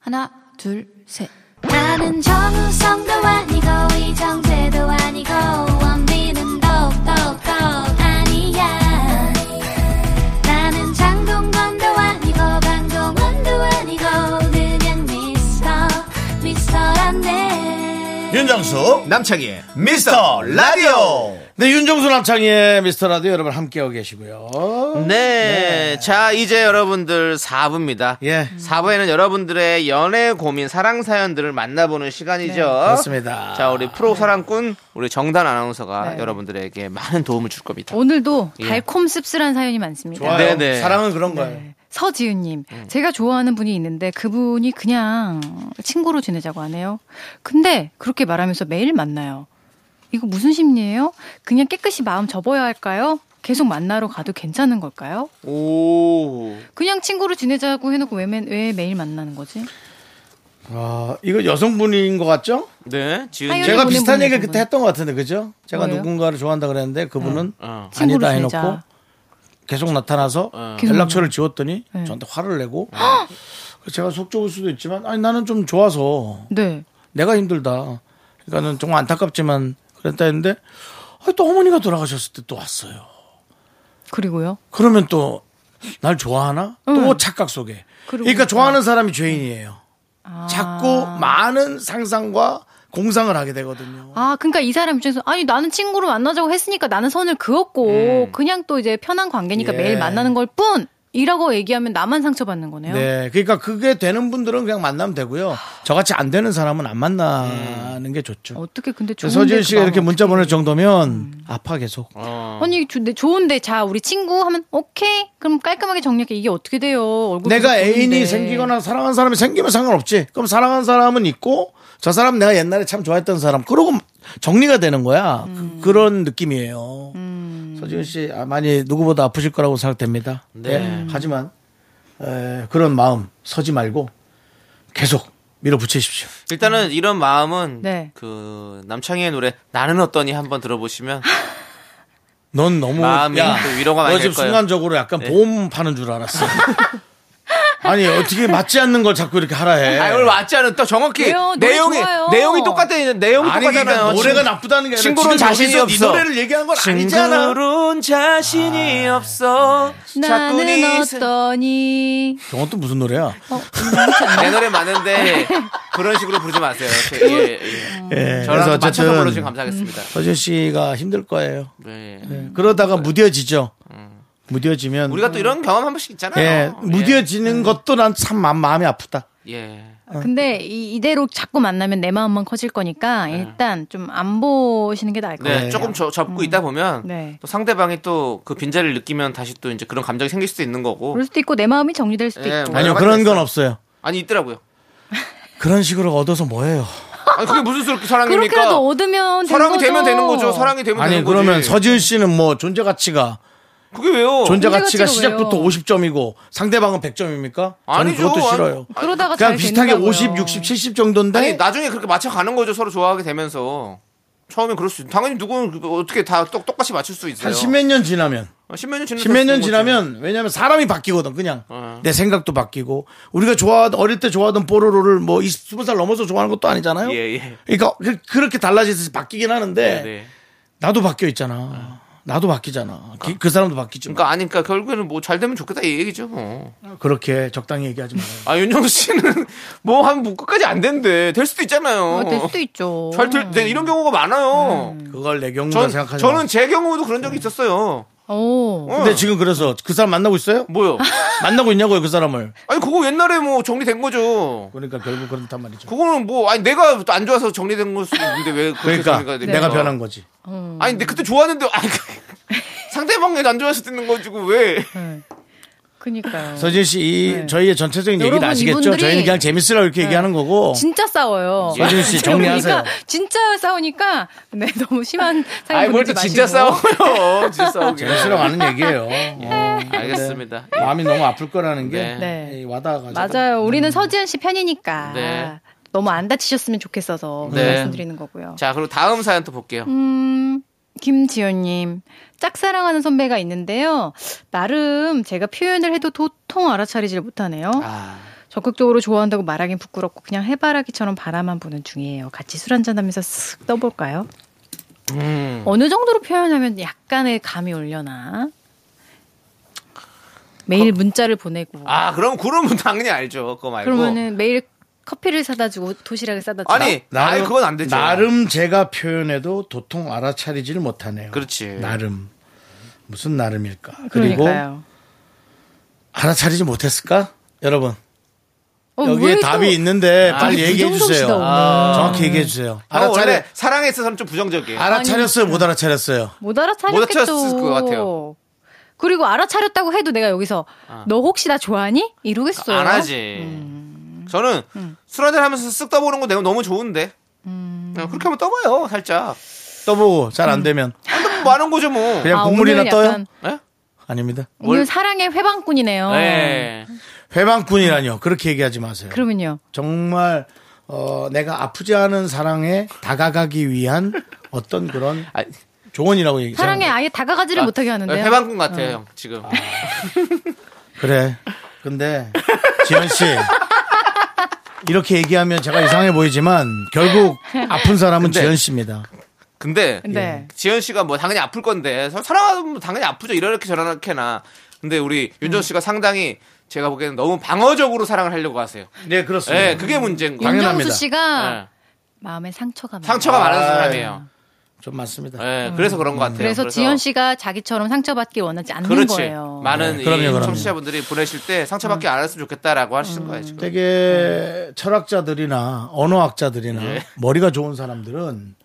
Speaker 6: 하나, 둘, 셋.
Speaker 4: 나는 정우성도 아니고 이정재도 아니고 원빈은 더욱더 아니야 나는 장동건도 아니고 방종원도 아니고 그냥 미스터 미스터란데
Speaker 1: 윤정수 남창희의 미스터 라디오 네 윤정수 남창희의 미스터 라디오 여러분 함께하고 계시고요
Speaker 2: 네. 자, 이제 여러분들 4부입니다.
Speaker 1: 예.
Speaker 6: 음.
Speaker 2: 4부에는 여러분들의 연애 고민, 사랑 사연들을 만나보는 시간이죠.
Speaker 1: 네, 그렇습니다
Speaker 2: 자, 우리 프로 사랑꾼, 우리 정단 아나운서가
Speaker 6: 아, 네.
Speaker 2: 여러분들에게 많은 도움을 줄 겁니다.
Speaker 6: 오늘도
Speaker 2: 예.
Speaker 6: 달콤 씁쓸한 사연이 많습니다.
Speaker 1: 좋아요
Speaker 2: 네네.
Speaker 1: 사랑은 그런 거예요
Speaker 6: 네. 서지은님, 제가 좋아하는 분이 있는데 그분이 그냥 친구로 지내자고 하네요. 근데 그렇게 말하면서 매일 만나요. 이거 무슨 심리예요? 그냥 깨끗이 마음 접어야 할까요? 계속 만나러 가도 괜찮은 걸까요?
Speaker 2: 오.
Speaker 6: 그냥 친구로 지내자고 해놓고 왜, 매- 왜 매일 만나는 거지?
Speaker 1: 아, 이거 여성분인 것 같죠?
Speaker 2: 네, 지은님.
Speaker 6: 하연이
Speaker 1: 제가
Speaker 6: 보낸
Speaker 1: 비슷한 얘기
Speaker 6: 분이신
Speaker 1: 그때 했던 것 같은데 그죠? 제가
Speaker 6: 뭐예요?
Speaker 1: 누군가를 좋아한다 그랬는데 그분은
Speaker 2: 어.
Speaker 6: 친구로
Speaker 1: 아니다
Speaker 6: 지내자.
Speaker 1: 해놓고 계속 나타나서
Speaker 6: 어. 계속
Speaker 1: 연락처를 지웠더니
Speaker 6: 네.
Speaker 1: 저한테 화를 내고 그래서 제가 속 좁을 수도 있지만 아니 나는 좀 좋아서
Speaker 6: 네.
Speaker 1: 내가 힘들다. 그러니까는 정말 안타깝지만 그랬다 했는데 아, 또 어머니가 돌아가셨을 때 또 왔어요.
Speaker 6: 그리고요.
Speaker 1: 그러면 또 날 좋아하나? 또 착각 속에. 그러니까 좋아하는 사람이 죄인이에요. 자꾸 많은 상상과 공상을 하게 되거든요.
Speaker 6: 아, 그러니까 이 사람 입장에서 아니 나는 친구로 만나자고 했으니까 나는 선을 그었고 그냥 또 이제 편한 관계니까
Speaker 1: 음. 예.
Speaker 6: 매일 만나는 걸 뿐이라고 얘기하면 나만 상처받는 거네요.
Speaker 1: 네, 그러니까 그게 되는 분들은 그냥 만나면 되고요. 저같이 안 되는 사람은 안 만나는 게 좋죠.
Speaker 6: 어떻게 근데 좋은데
Speaker 1: 서지현
Speaker 6: 그
Speaker 1: 씨가
Speaker 6: 마음
Speaker 1: 이렇게 문자
Speaker 6: 어떻게-
Speaker 1: 보낼 정도면 아파 계속.
Speaker 2: 어.
Speaker 6: 아니 조- 네, 좋은데 자 우리 친구 하면 오케이 그럼 깔끔하게 정리할게 이게 어떻게 돼요 얼굴
Speaker 1: 내가
Speaker 6: 계속
Speaker 1: 애인이
Speaker 6: 보는데.
Speaker 1: 생기거나 사랑한 사람이 생기면 상관없지. 그럼 사랑한 사람은 있고 저 사람 내가 옛날에 참 좋아했던 사람. 그러고 정리가 되는 거야.
Speaker 2: 음.
Speaker 1: 그, 런 느낌이에요. 서지훈 씨 아, 많이 누구보다 아프실 거라고 생각됩니다.
Speaker 2: 네.
Speaker 1: 예, 하지만 에, 그런 마음 서지 말고 계속 밀어붙이십시오.
Speaker 2: 일단은 이런 마음은
Speaker 6: 네.
Speaker 2: 그 남창희의 노래 나는 어떠니 한번 들어보시면
Speaker 1: 넌 너무
Speaker 2: 마음이
Speaker 1: 야,
Speaker 2: 또 위로가 많이
Speaker 1: 너 지금
Speaker 2: 될 거예요.
Speaker 1: 순간적으로 약간
Speaker 2: 네.
Speaker 1: 보험 파는 줄 알았어. 아니 어떻게 맞지 않는 걸 자꾸 이렇게 하라 해.
Speaker 2: 아, 오늘 맞지 않은 또 정확히
Speaker 6: 왜요? 노래
Speaker 2: 내용이
Speaker 6: 좋아요.
Speaker 2: 내용이 똑같아 내용이
Speaker 1: 아니
Speaker 2: 똑같잖아요.
Speaker 1: 그러니까 노래가
Speaker 2: 지금.
Speaker 1: 나쁘다는 게 아니라
Speaker 2: 친구로는
Speaker 1: 지금
Speaker 2: 자신이
Speaker 1: 여기서 이
Speaker 2: 없어.
Speaker 1: 노래를 얘기한 건 아니잖아.
Speaker 2: 친구론 자신이 없어. 자꾸
Speaker 6: 나는
Speaker 2: 네 세-
Speaker 6: 어떠니
Speaker 1: 저건 또 무슨 노래야?
Speaker 2: 내 노래 많은데 그런 식으로 부르지 마세요. 예, 예, 예.
Speaker 1: 예,
Speaker 2: 저랑 맞춰서 음. 불러주시면 감사하겠습니다.
Speaker 1: 서준 씨가 힘들 거예요.
Speaker 2: 네.
Speaker 1: 예, 그러다가 무뎌지죠. 무뎌지면
Speaker 2: 우리가 또 이런 경험 한 번씩 있잖아요.
Speaker 1: 예, 무뎌지는 것도 난 참 마음이 아프다.
Speaker 2: 예. 예.
Speaker 6: 근데 이, 대로 자꾸 만나면 내 마음만 커질 거니까 일단 좀 안 보시는 게 나을 것
Speaker 2: 네,
Speaker 6: 같아요
Speaker 2: 조금 저- 접고 있다 보면
Speaker 6: 네.
Speaker 2: 또 상대방이 또 그 빈자리를 느끼면 다시 또 이제 그런 감정이 생길 수도 있는 거고.
Speaker 6: 그럴 수도 있고 내 마음이 정리될 수도
Speaker 2: 예,
Speaker 6: 있고
Speaker 2: 맞-
Speaker 1: 아니요,
Speaker 2: 여러 가지
Speaker 1: 그런 건
Speaker 2: 있어요.
Speaker 1: 없어요.
Speaker 2: 아니 있더라고요.
Speaker 1: 그런 식으로 얻어서 뭐해요?
Speaker 2: 아니 그게 무슨 소리 사랑입니까?
Speaker 6: 그렇게라도 얻으면 되는
Speaker 2: 그러니까 사랑이
Speaker 6: 거죠.
Speaker 2: 되면 되는 거죠. 사랑이 되면
Speaker 1: 아니
Speaker 2: 되는
Speaker 1: 그러면
Speaker 2: 거지.
Speaker 1: 서준 씨는 뭐 존재 가치가
Speaker 2: 그게 왜요?
Speaker 1: 존재 가치가
Speaker 6: 가치가
Speaker 1: 시작부터
Speaker 6: 왜요?
Speaker 1: 50점이고 상대방은 100점입니까? 저는
Speaker 2: 아니죠.
Speaker 1: 그것도
Speaker 2: 아니-
Speaker 1: 싫어요.
Speaker 6: 그러다가
Speaker 1: 그냥
Speaker 6: 잘
Speaker 1: 비슷하게
Speaker 6: 되더라고요.
Speaker 1: 50, 60, 70 정도인데
Speaker 2: 아니 나중에 그렇게 맞춰가는 거죠 서로 좋아하게 되면서 처음엔 그럴 수 있- 당연히 누구는 그- 어떻게 다 똑, 똑같이 맞출 수 있어요
Speaker 1: 한 십몇 년 지나면
Speaker 2: 어, 십몇 년 지나면
Speaker 1: 십몇 년
Speaker 2: 거죠.
Speaker 1: 지나면 왜냐면 사람이 바뀌거든 그냥
Speaker 2: 어.
Speaker 1: 내 생각도 바뀌고 우리가 좋아 어릴 때 좋아하던 뽀로로를 뭐 20, 20살 넘어서 좋아하는 것도 아니잖아요.
Speaker 2: 예, 예.
Speaker 1: 그러니까 그- 그렇게 달라지듯이 바뀌긴 하는데
Speaker 2: 네.
Speaker 1: 나도 바뀌어 있잖아. 나도 바뀌잖아. 기- 그 사람도 바뀌지.
Speaker 2: 그러니까 아니 그러니까 결국에는 뭐 잘 되면 좋겠다 이 얘기죠 뭐.
Speaker 1: 그렇게 적당히 얘기하지 말아요.
Speaker 2: 아 윤정수 씨는 뭐 하면 뭐 끝까지 안 된대. 될 수도 있잖아요.
Speaker 6: 어, 될 수도 있죠. 네.
Speaker 2: 잘 될, 네, 이런 경우가 많아요.
Speaker 1: 그걸 내 경우만
Speaker 2: 전,
Speaker 1: 생각하지
Speaker 2: 저는
Speaker 1: 마.
Speaker 2: 제 경우도 그런 적이 있었어요.
Speaker 6: 오.
Speaker 2: 어.
Speaker 1: 근데 지금 그래서 그 사람 만나고 있어요?
Speaker 2: 뭐요?
Speaker 1: 만나고 있냐고요, 그 사람을.
Speaker 2: 아니 그거 옛날에 뭐 정리된 거죠.
Speaker 1: 그러니까 결국 그렇단 말이죠.
Speaker 2: 그거는 뭐 아니 내가 안 좋아서 정리된 걸 수도 있는데 왜 그렇게
Speaker 1: 그러니까 어.
Speaker 2: 정리가 됩니까?
Speaker 1: 내가 변한 거지.
Speaker 6: 음.
Speaker 2: 아니 근데 그때 좋았는데 아니 상대방이 안 좋아서 듣는 거지고 그 왜?
Speaker 6: 그니까요.
Speaker 1: 서진 씨, 이 저희의 전체적인 얘기를
Speaker 6: 네. 여러분,
Speaker 1: 아시겠죠?
Speaker 6: 이분들이- 네.
Speaker 1: 저희는 그냥 재밌으라고 이렇게 얘기하는 거고.
Speaker 6: 진짜 싸워요.
Speaker 1: 서진 씨, 정리하세요.
Speaker 6: 그러니까 진짜 싸우니까 네 너무 심한 상황이
Speaker 2: 아니 뭘 또 진짜 싸워요. 진짜 싸우게.
Speaker 1: 재밌으라고 하는 얘기예요. 어,
Speaker 2: 알겠습니다.
Speaker 1: 마음이 너무 아플 거라는 게
Speaker 2: 네.
Speaker 6: 네.
Speaker 1: 이 와닿아가지고.
Speaker 6: 맞아요. 우리는 서지현 씨 편이니까
Speaker 2: 음. 네.
Speaker 6: 너무 안 다치셨으면 좋겠어서
Speaker 2: 네.
Speaker 6: 말씀드리는 거고요.
Speaker 2: 자 그리고 다음 사연 또 볼게요.
Speaker 6: 음, 김지연님 짝사랑하는 선배가 있는데요. 나름 제가 표현을 해도 도통 알아차리질 못하네요.
Speaker 2: 아.
Speaker 6: 적극적으로 좋아한다고 말하긴 부끄럽고 그냥 해바라기처럼 바라만 보는 중이에요. 같이 술 한잔하면서 쓱 떠볼까요?
Speaker 2: 음.
Speaker 6: 어느 정도로 표현하면 약간의 감이 올려나? 매일 문자를 보내고
Speaker 2: 아 그럼 그러면 당연히 알죠. 그거 말고.
Speaker 6: 그러면은 매일 커피를 사다 주고 도시락을 싸다 주고
Speaker 2: 아니 아예 그건 안 되죠.
Speaker 1: 나름 제가 표현해도 도통 알아차리지를 못하네요.
Speaker 2: 그렇지.
Speaker 1: 나름. 무슨 나름일까. 그리고
Speaker 6: 그러니까요.
Speaker 1: 알아차리지 못했을까? 여러분.
Speaker 6: 어, 왜
Speaker 1: 여기에
Speaker 6: 또-
Speaker 1: 답이 있는데
Speaker 2: 아,
Speaker 1: 빨리
Speaker 6: 되게
Speaker 1: 얘기해 주세요. 아.
Speaker 6: 부정적이다, 오늘.
Speaker 1: 정확히 얘기해 주세요.
Speaker 2: 아, 원래
Speaker 1: 알아차려,
Speaker 2: 사랑에 있어서는 좀 부정적이에요.
Speaker 1: 알아차렸어요, 못 알아차렸어요.
Speaker 6: 못 알아차렸겠죠.
Speaker 2: 못 알아차렸을 것 같아요.
Speaker 6: 그리고 알아차렸다고 해도 내가 여기서 너 혹시 나 좋아하니? 이러겠어요. 음.
Speaker 2: 안 하지. 저는 술 한잔 하면서 쓱 떠보는 거 내가 너무 좋은데.
Speaker 6: 음.
Speaker 2: 그냥 그렇게 한번 떠봐요, 살짝.
Speaker 1: 떠보고 잘 안 되면
Speaker 2: 뭐 많은 거죠, 뭐.
Speaker 1: 그냥
Speaker 6: 아,
Speaker 1: 국물이나
Speaker 6: 오늘
Speaker 1: 떠요?
Speaker 6: 약간-
Speaker 2: 예?
Speaker 1: 아닙니다.
Speaker 6: 오늘
Speaker 2: 뭘-
Speaker 6: 사랑의
Speaker 1: 어.
Speaker 6: 회방꾼이네요.
Speaker 2: 네.
Speaker 1: 회방꾼이라뇨. 그렇게 얘기하지 마세요.
Speaker 6: 그러면요.
Speaker 1: 정말 어, 내가 아프지 않은 사랑에 다가가기 위한 어떤 그런
Speaker 2: 아,
Speaker 1: 조언이라고 얘기.
Speaker 6: 사랑에
Speaker 1: 생각해.
Speaker 6: 아예 다가가지를
Speaker 2: 아,
Speaker 6: 못하게 하는데요. 어.
Speaker 2: 해방꾼 같아요, 형, 지금.
Speaker 1: 그래. 근데 지현 씨 이렇게 얘기하면 제가 이상해 보이지만 결국 아픈 사람은
Speaker 2: 근데-
Speaker 1: 지현 씨입니다.
Speaker 2: 근데,
Speaker 6: 네.
Speaker 2: 지현 씨가 뭐 당연히 아플 건데, 서- 사랑하면 당연히 아프죠. 이렇게 저렇게나. 근데 우리 윤정 씨가 상당히 제가 보기에는 너무 방어적으로 사랑을 하려고 하세요.
Speaker 1: 네
Speaker 2: 예,
Speaker 1: 그렇습니다.
Speaker 2: 그게 문제인 거예요.
Speaker 1: 당연합니다.
Speaker 6: 윤정수 씨가
Speaker 2: 예.
Speaker 6: 마음에 상처가 많아요.
Speaker 2: 상처가 많은
Speaker 1: 아,
Speaker 2: 사람이에요.
Speaker 1: 좀 맞습니다.
Speaker 2: 예, 그래서 그런 것 같아요.
Speaker 6: 음. 그래서 지현 씨가 자기처럼 상처받길 원하지 않는
Speaker 2: 그렇지.
Speaker 6: 거예요. 음.
Speaker 2: 많은
Speaker 1: 네, 그럼요,
Speaker 2: 이
Speaker 1: 그럼요.
Speaker 2: 청취자분들이 보내실 때 상처받기 안 했으면 좋겠다라고 하시는 거예요, 지금.
Speaker 1: 되게 철학자들이나 언어학자들이나
Speaker 2: 네.
Speaker 1: 머리가 좋은 사람들은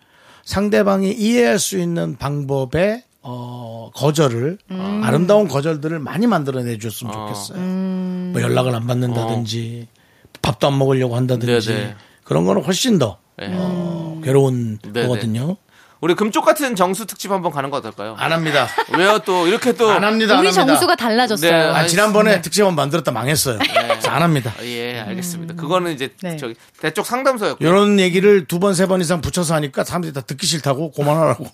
Speaker 1: 상대방이 이해할 수 있는 방법의 어, 거절을
Speaker 2: 음.
Speaker 1: 아름다운 거절들을 많이 만들어내
Speaker 2: 아.
Speaker 1: 줬으면 좋겠어요.
Speaker 2: 음.
Speaker 1: 뭐 연락을 안 받는다든지 밥도 안 먹으려고 한다든지
Speaker 2: 어. 네네.
Speaker 1: 그런 거는 훨씬 더
Speaker 2: 예.
Speaker 6: 음.
Speaker 1: 어, 괴로운
Speaker 2: 네네.
Speaker 1: 거거든요.
Speaker 2: 우리 금쪽 같은 정수 특집 한번 가는 거 어떨까요?
Speaker 1: 안 합니다.
Speaker 2: 왜요 또 이렇게 또
Speaker 1: 안 합니다. 안
Speaker 6: 우리
Speaker 1: 합니다.
Speaker 6: 정수가 달라졌어요.
Speaker 2: 네,
Speaker 1: 아, 지난번에 특집 한번 만들었다 망했어요. 그래서 안 합니다.
Speaker 2: 아, 예, 알겠습니다. 그거는 이제
Speaker 6: 네.
Speaker 2: 저기 대쪽 상담소였고.
Speaker 1: 이런 얘기를 두 번, 세 번 이상 붙여서 하니까 사람들이 다 듣기 싫다고 고만하라고.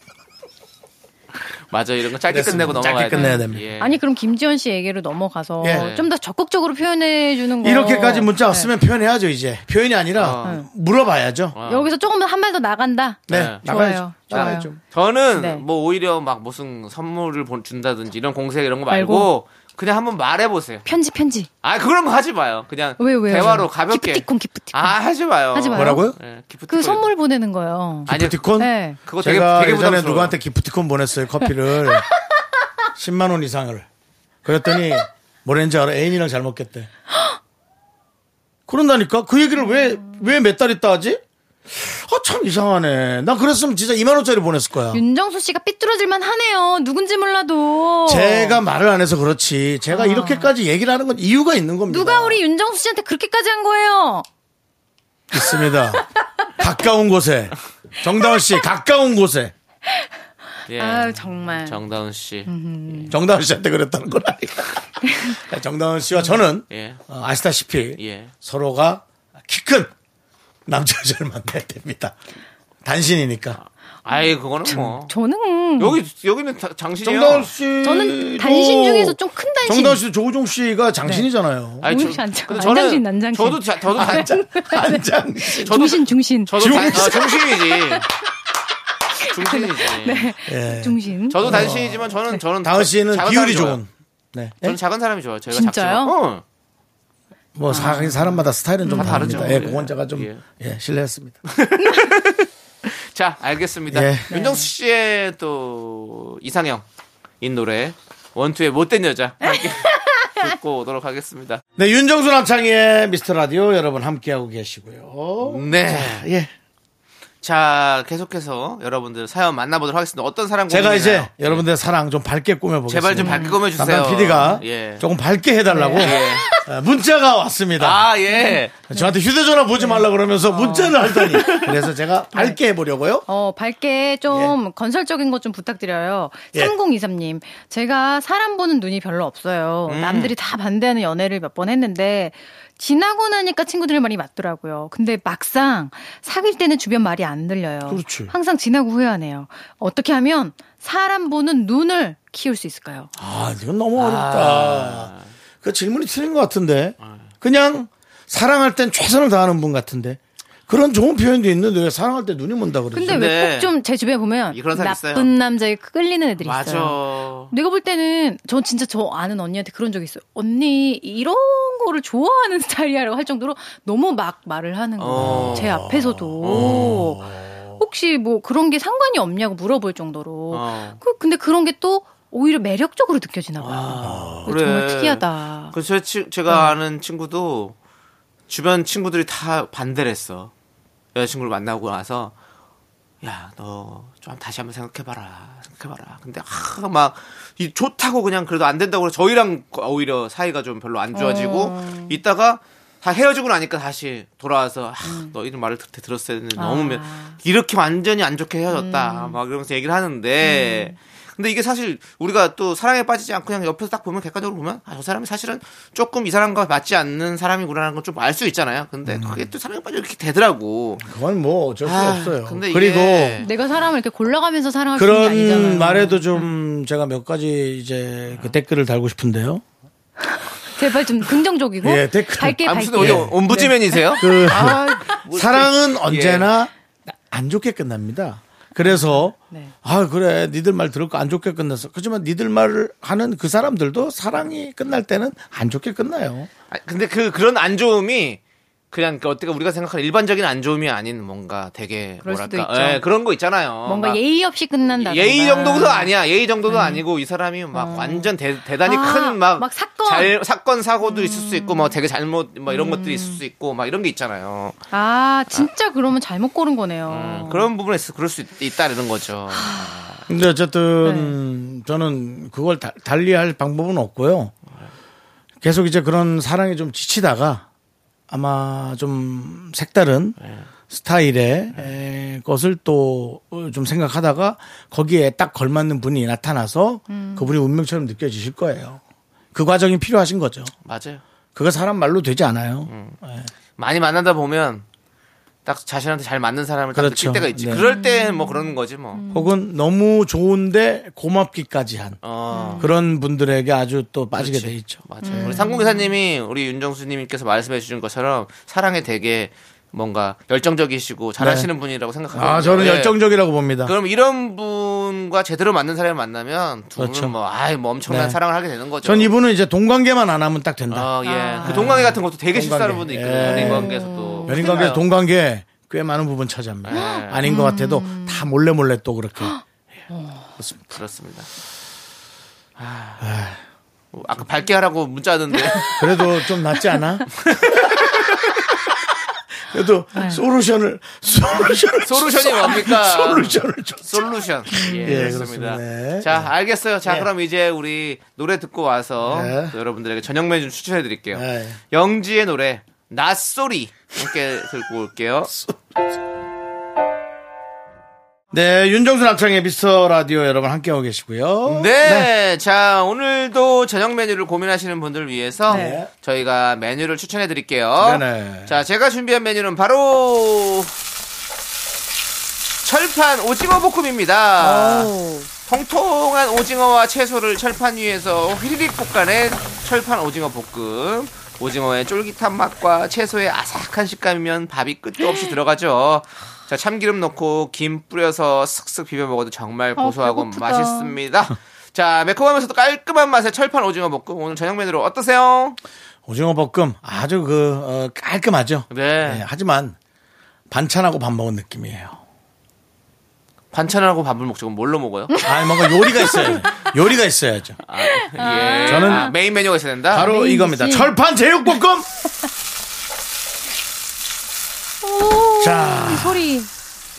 Speaker 2: 맞아 이런 거 짧게
Speaker 1: 그랬습니다.
Speaker 2: 끝내고 넘어가야
Speaker 1: 짧게 끝내야 됩니다.
Speaker 2: 예.
Speaker 6: 아니 그럼 김지현 씨 얘기로 넘어가서
Speaker 1: 예.
Speaker 6: 좀 더 적극적으로 표현해 주는 거.
Speaker 1: 이렇게까지
Speaker 6: 네.
Speaker 1: 문자 왔으면 표현해야죠, 이제. 표현이
Speaker 6: 어.
Speaker 1: 아니라 물어봐야죠.
Speaker 2: 네. 어.
Speaker 6: 아. 여기서 조금만 한 발 더 나간다.
Speaker 1: 네,
Speaker 2: 네.
Speaker 1: 나가야죠.
Speaker 6: 좋아요. 좋아요.
Speaker 1: 나가야죠.
Speaker 2: 저는
Speaker 6: 네.
Speaker 2: 뭐 오히려 막 무슨 선물을 본- 준다든지 이런 공세 이런 거 말고,
Speaker 6: 말고?
Speaker 2: 그냥 한번 말해보세요.
Speaker 6: 편지 편지.
Speaker 2: 아 그런 거 하지 마요. 그냥
Speaker 6: 왜 왜?
Speaker 2: 대화로 가볍게.
Speaker 6: 기프티콘 기프티콘.
Speaker 2: 아 하지 마요.
Speaker 6: 하지 마요.
Speaker 1: 뭐라고요?
Speaker 2: 예, 기프티콘.
Speaker 6: 그 선물 보내는 거요.
Speaker 2: 아니
Speaker 1: 기프티콘?
Speaker 6: 네.
Speaker 2: 그거 되게
Speaker 1: 제가
Speaker 2: 되게
Speaker 1: 예전에
Speaker 2: 부담스러워.
Speaker 1: 누구한테 기프티콘 보냈어요, 커피를. 10만원 이상을. 그랬더니, 뭐랬는지 알아? 애인이랑 잘 먹겠대. 그런다니까? 그 얘기를 왜, 왜 몇 달 있다 하지? 아, 참 이상하네. 나 그랬으면 진짜 2만원짜리 보냈을 거야.
Speaker 6: 윤정수 씨가 삐뚤어질만 하네요. 누군지 몰라도.
Speaker 1: 제가 말을 안 해서 그렇지. 제가 이렇게까지 얘기를 하는 건 이유가 있는 겁니다.
Speaker 6: 아. 누가 우리 윤정수 씨한테 그렇게까지 한 거예요?
Speaker 1: 있습니다. 가까운 곳에 정다은 씨 가까운 곳에
Speaker 2: 예.
Speaker 6: 아유 정말.
Speaker 2: 정다은 씨.
Speaker 1: 정다은 씨한테 그랬다는 건 아니야. 정다은 씨와 저는
Speaker 2: 예.
Speaker 1: 어, 아시다시피
Speaker 2: 예.
Speaker 1: 서로가 키 큰 남자 여자를 만나야 됩니다. 단신이니까.
Speaker 2: 아예 그거는 뭐.
Speaker 6: 저는
Speaker 2: 여기 여기는 다- 장신이에요.
Speaker 1: 정다은 씨
Speaker 6: 저는 단신 중에서 좀 큰 단신.
Speaker 1: 정다은 씨도 조우종 씨가 장신이잖아요.
Speaker 2: 아니,
Speaker 6: 오늘
Speaker 2: 저-
Speaker 6: 안 장-
Speaker 2: 근데
Speaker 6: 안
Speaker 2: 저는-
Speaker 6: 장신, 난 장신. 아,
Speaker 2: 저도 자- 저도 다-
Speaker 1: 안장 신
Speaker 6: 네.
Speaker 2: 저도
Speaker 6: 중신 중신.
Speaker 2: 저도 장- 아, 정신이지. 중신이지.
Speaker 6: 네.
Speaker 1: 예.
Speaker 6: 중심.
Speaker 2: 저도 단신이지만
Speaker 6: 네.
Speaker 2: 저는 저는
Speaker 1: 다은 씨는
Speaker 2: 작은
Speaker 1: 비율이
Speaker 2: 사람이 좋아요.
Speaker 1: 좋은. 네.
Speaker 2: 저는 작은 사람이 좋아요. 저희가
Speaker 6: 진짜요?
Speaker 2: 작지만. 어.
Speaker 1: 뭐 사, 사람마다 스타일은 좀
Speaker 2: 다 다르죠.
Speaker 1: 다릅니다. 예,
Speaker 2: 예.
Speaker 1: 그건 제가 좀
Speaker 2: 예.
Speaker 1: 예, 실례했습니다.
Speaker 2: 자, 알겠습니다.
Speaker 1: 예.
Speaker 2: 윤정수
Speaker 6: 네.
Speaker 2: 씨의 또 이상형인 노래 원투의 못된 여자 함께 듣고 오도록 하겠습니다.
Speaker 1: 네, 윤정수 남창희의 미스터 라디오 여러분 함께하고 계시고요.
Speaker 2: 네.
Speaker 1: 예.
Speaker 2: 자, 계속해서 여러분들 사연 만나보도록 하겠습니다. 어떤 사람
Speaker 1: 제가 이제
Speaker 2: 고민이나요? 예.
Speaker 1: 여러분들의 사랑 좀 밝게 꾸며보겠습니다.
Speaker 2: 제발 좀 밝게 꾸며주세요.
Speaker 1: 담당 PD가
Speaker 2: 예. 네,
Speaker 1: 조금 밝게 해달라고 어, 문자가 왔습니다.
Speaker 2: 아,
Speaker 6: 네.
Speaker 2: 예.
Speaker 1: 저한테 휴대전화 보지 말라 그러면서 문자를 하더니
Speaker 2: 네.
Speaker 1: 그래서 제가 밝게 해보려고요.
Speaker 6: 어, 밝게
Speaker 2: 예.
Speaker 6: 좀 건설적인 것 좀 부탁드려요.
Speaker 1: 예.
Speaker 6: 3023님, 제가 사람 보는 눈이 별로 없어요.
Speaker 2: 음.
Speaker 6: 남들이 다 반대하는 연애를 몇 번 했는데, 지나고 나니까 친구들 말이 맞더라고요. 근데 막상 사귈 때는 주변 말이 안 들려요.
Speaker 1: 그렇지.
Speaker 6: 항상 지나고 후회하네요. 어떻게 하면 사람 보는 눈을 키울 수 있을까요?
Speaker 1: 아, 이건 너무 어렵다. 그 질문이 틀린 것 같은데.
Speaker 2: 아.
Speaker 1: 그냥 사랑할 땐 최선을 다하는 분 같은데. 그런 좋은 표현도 있는데 왜 사랑할 때 눈이 먼다 그러죠?
Speaker 6: 근데 왜
Speaker 2: 근데
Speaker 6: 꼭 좀 제 주변에 보면
Speaker 2: 이- 그런 사람 있어요.
Speaker 6: 나쁜 남자에 끌리는 애들이
Speaker 2: 맞아.
Speaker 6: 있어요. 내가 볼 때는 저 진짜 저 아는 언니한테 그런 적 있어요. 언니 이런 거를 좋아하는 스타일이라고 할 정도로 너무 막 말을 하는 거예요.
Speaker 2: 어.
Speaker 6: 제 앞에서도 혹시 뭐 그런 게 상관이 없냐고 물어볼 정도로.
Speaker 2: 어.
Speaker 6: 그 근데 그런 게 또 오히려 매력적으로 느껴지나 봐요.
Speaker 2: 아, 그래.
Speaker 6: 정말 특이하다.
Speaker 2: 그 제, 친- 제가 아는 친구도 주변 친구들이 다 반대를 했어. 여자친구를 만나고 나서 야, 너 좀 다시 한번 생각해봐라. 생각해봐라. 근데, 아, 막, 이 좋다고 그냥 그래도 안 된다고 그래서 저희랑 오히려 사이가 좀 별로 안 좋아지고, 있다가 다 헤어지고 나니까 다시 돌아와서, 아, 너희들 말을 들, 들었어야 했는데 너무, 매- 이렇게 완전히 안 좋게 헤어졌다. 막 이러면서 얘기를 하는데, 근데 이게 사실 우리가 또 사랑에 빠지지 않고 그냥 옆에서 딱 보면 객관적으로 보면 아, 저 사람이 사실은 조금 이 사람과 맞지 않는 사람이구나라는 걸 좀 알 수 있잖아요. 근데 그게 또 사랑에 빠져 이렇게 되더라고.
Speaker 1: 음. 그건 뭐 어쩔 수
Speaker 2: 아,
Speaker 1: 없어요.
Speaker 2: 근데
Speaker 1: 그리고
Speaker 2: 이게-
Speaker 6: 내가 사람을 이렇게 골라가면서 사랑할 수 있는 게
Speaker 1: 그런
Speaker 6: 아니잖아요. 음.
Speaker 1: 말에도 좀 제가 몇 가지 이제 그 댓글을 달고 싶은데요.
Speaker 6: 제발 좀 긍정적이고
Speaker 1: 예, 댓글.
Speaker 6: 밝게
Speaker 2: 아,
Speaker 6: 밝게.
Speaker 2: 무슨 어디 옴부지맨이세요?
Speaker 1: 네. 그
Speaker 6: 아,
Speaker 2: 뭐-
Speaker 6: 그,
Speaker 1: 사랑은 언제나 안 좋게 끝납니다. 그래서
Speaker 6: 예. 네.
Speaker 1: 아 그래 니들 말 들을 거 안 좋게 끝났어. 그렇지만 니들 말을 하는 그 사람들도 사랑이 끝날 때는 안 좋게 끝나요.
Speaker 2: 아, 근데 그 그런 안 좋음이 그냥 그 어떻게 우리가 생각하는 일반적인 안 좋음이 아닌 뭔가 되게
Speaker 6: 그럴 수도
Speaker 2: 뭐랄까
Speaker 6: 있죠.
Speaker 2: 예, 그런 거 있잖아요.
Speaker 6: 뭔가
Speaker 2: 막
Speaker 6: 예의 없이 끝난다.
Speaker 2: 예의 정도도 아니야. 예의 정도도 아니고 이 사람이 막 완전 대, 단히
Speaker 6: 아,
Speaker 2: 큰 막
Speaker 6: 막 사건. 음.
Speaker 2: 사건 사고도 있을 수 있고 막 되게 잘못 막 이런 것들이 있을 수 있고 막 이런 게 있잖아요.
Speaker 6: 아 진짜 그러면 잘못 고른 거네요.
Speaker 2: 음, 그런 부분에서 그럴 수 있, 있다라는 거죠.
Speaker 1: 근데 어쨌든 저는 그걸 다- 달리할 방법은 없고요. 계속 이제 그런 사랑에 좀 지치다가 아마 좀 색다른 스타일의 에, 것을 또 좀 생각하다가 거기에 딱 걸맞는 분이 나타나서 그분이 운명처럼 느껴지실 거예요. 그 과정이 필요하신 거죠.
Speaker 2: 맞아요.
Speaker 1: 그거 사람 말로 되지 않아요.
Speaker 2: 많이 만나다 보면 딱 자신한테 잘 맞는 사람을 딱
Speaker 1: 그렇죠.
Speaker 2: 느낄 때가 있지.
Speaker 1: 네.
Speaker 2: 그럴 때 뭐 그런 거지 뭐.
Speaker 6: 음.
Speaker 1: 혹은 너무 좋은데 고맙기까지 한
Speaker 2: 어.
Speaker 1: 그런 분들에게 아주 또 빠지게 돼 있죠.
Speaker 2: 맞아요. 우리 상공기사님이 우리 윤정수님께서 말씀해 주신 것처럼 사랑에 되게 뭔가 열정적이시고 잘하시는 분이라고 생각합니다.
Speaker 1: 아, 저는 열정적이라고 봅니다.
Speaker 2: 그럼 이런 분과 제대로 맞는 사람을 만나면 두 분은
Speaker 1: 그렇죠.
Speaker 2: 뭐, 아이, 뭐 엄청난
Speaker 1: 네.
Speaker 2: 사랑을 하게 되는 거죠.
Speaker 1: 전 이분은 이제 동관계만 안 하면 딱 된다. 아.
Speaker 2: 어, 예. 그 동관계 같은 것도 되게
Speaker 1: 동관계.
Speaker 2: 식사하는 분도 있거든요.
Speaker 1: 예.
Speaker 2: 연인관계에서도.
Speaker 1: 연인관계
Speaker 2: 힘들어요.
Speaker 1: 동관계 꽤 많은 부분 차지합니다. 아닌 것 같아도 다 몰래 몰래 또 그렇게.
Speaker 2: 그렇습니다.
Speaker 1: 예.
Speaker 2: 아. 아까 밝게 하라고 문자 하던데.
Speaker 1: 그래도 좀 낫지 않아? 그래도 솔루션을 솔루션을
Speaker 2: 솔루션이
Speaker 1: 줬어.
Speaker 2: 뭡니까?
Speaker 1: 솔루션을 줬어.
Speaker 2: 솔루션. 예,
Speaker 1: 예,
Speaker 2: 그렇습니다.
Speaker 1: 그렇습니다.
Speaker 2: 자, 알겠어요. 자,
Speaker 1: 예.
Speaker 2: 그럼 이제 우리 노래 듣고 와서
Speaker 1: 예.
Speaker 2: 또 여러분들에게 저녁 메뉴 추천해 드릴게요.
Speaker 1: 예.
Speaker 2: 영지의 노래, 낯소리. 함께 들고 올게요.
Speaker 1: 네, 윤정수 남창의 미스터 라디오 여러분 함께하고 계시고요.
Speaker 2: 네, 자, 오늘도 저녁 메뉴를 고민하시는 분들을 위해서
Speaker 1: 네.
Speaker 2: 저희가 메뉴를 추천해 드릴게요.
Speaker 1: 네네.
Speaker 2: 어? 자, 제가 준비한 메뉴는 바로 철판 오징어 볶음입니다. 통통한 오징어와 채소를 철판 위에서 휘리릭 볶아낸 철판 오징어 볶음. 오징어의 쫄깃한 맛과 채소의 아삭한 식감이면 밥이 끝도 없이 들어가죠. 자, 자, 참기름 넣고 김 뿌려서 슥슥 비벼 먹어도 정말 고소하고
Speaker 6: 아, 배고프다.
Speaker 2: 맛있습니다. 자, 매콤하면서도 깔끔한 맛의 철판 오징어 볶음 오늘 저녁 메뉴로 어떠세요?
Speaker 1: 오징어 볶음 아주 그 어, 깔끔하죠.
Speaker 2: 네.
Speaker 1: 예, 하지만 반찬하고 밥 먹은 느낌이에요.
Speaker 2: 반찬하고 밥을 먹죠. 그럼 뭘로 먹어요?
Speaker 1: 아 뭔가 요리가 있어요. 요리가 있어야죠.
Speaker 2: 예.
Speaker 1: 저는
Speaker 2: 아, 메인 메뉴가 있어야 된다.
Speaker 1: 바로
Speaker 6: 메인
Speaker 1: 이겁니다.
Speaker 6: 디시.
Speaker 1: 철판 제육볶음. 자,
Speaker 6: 이 소리.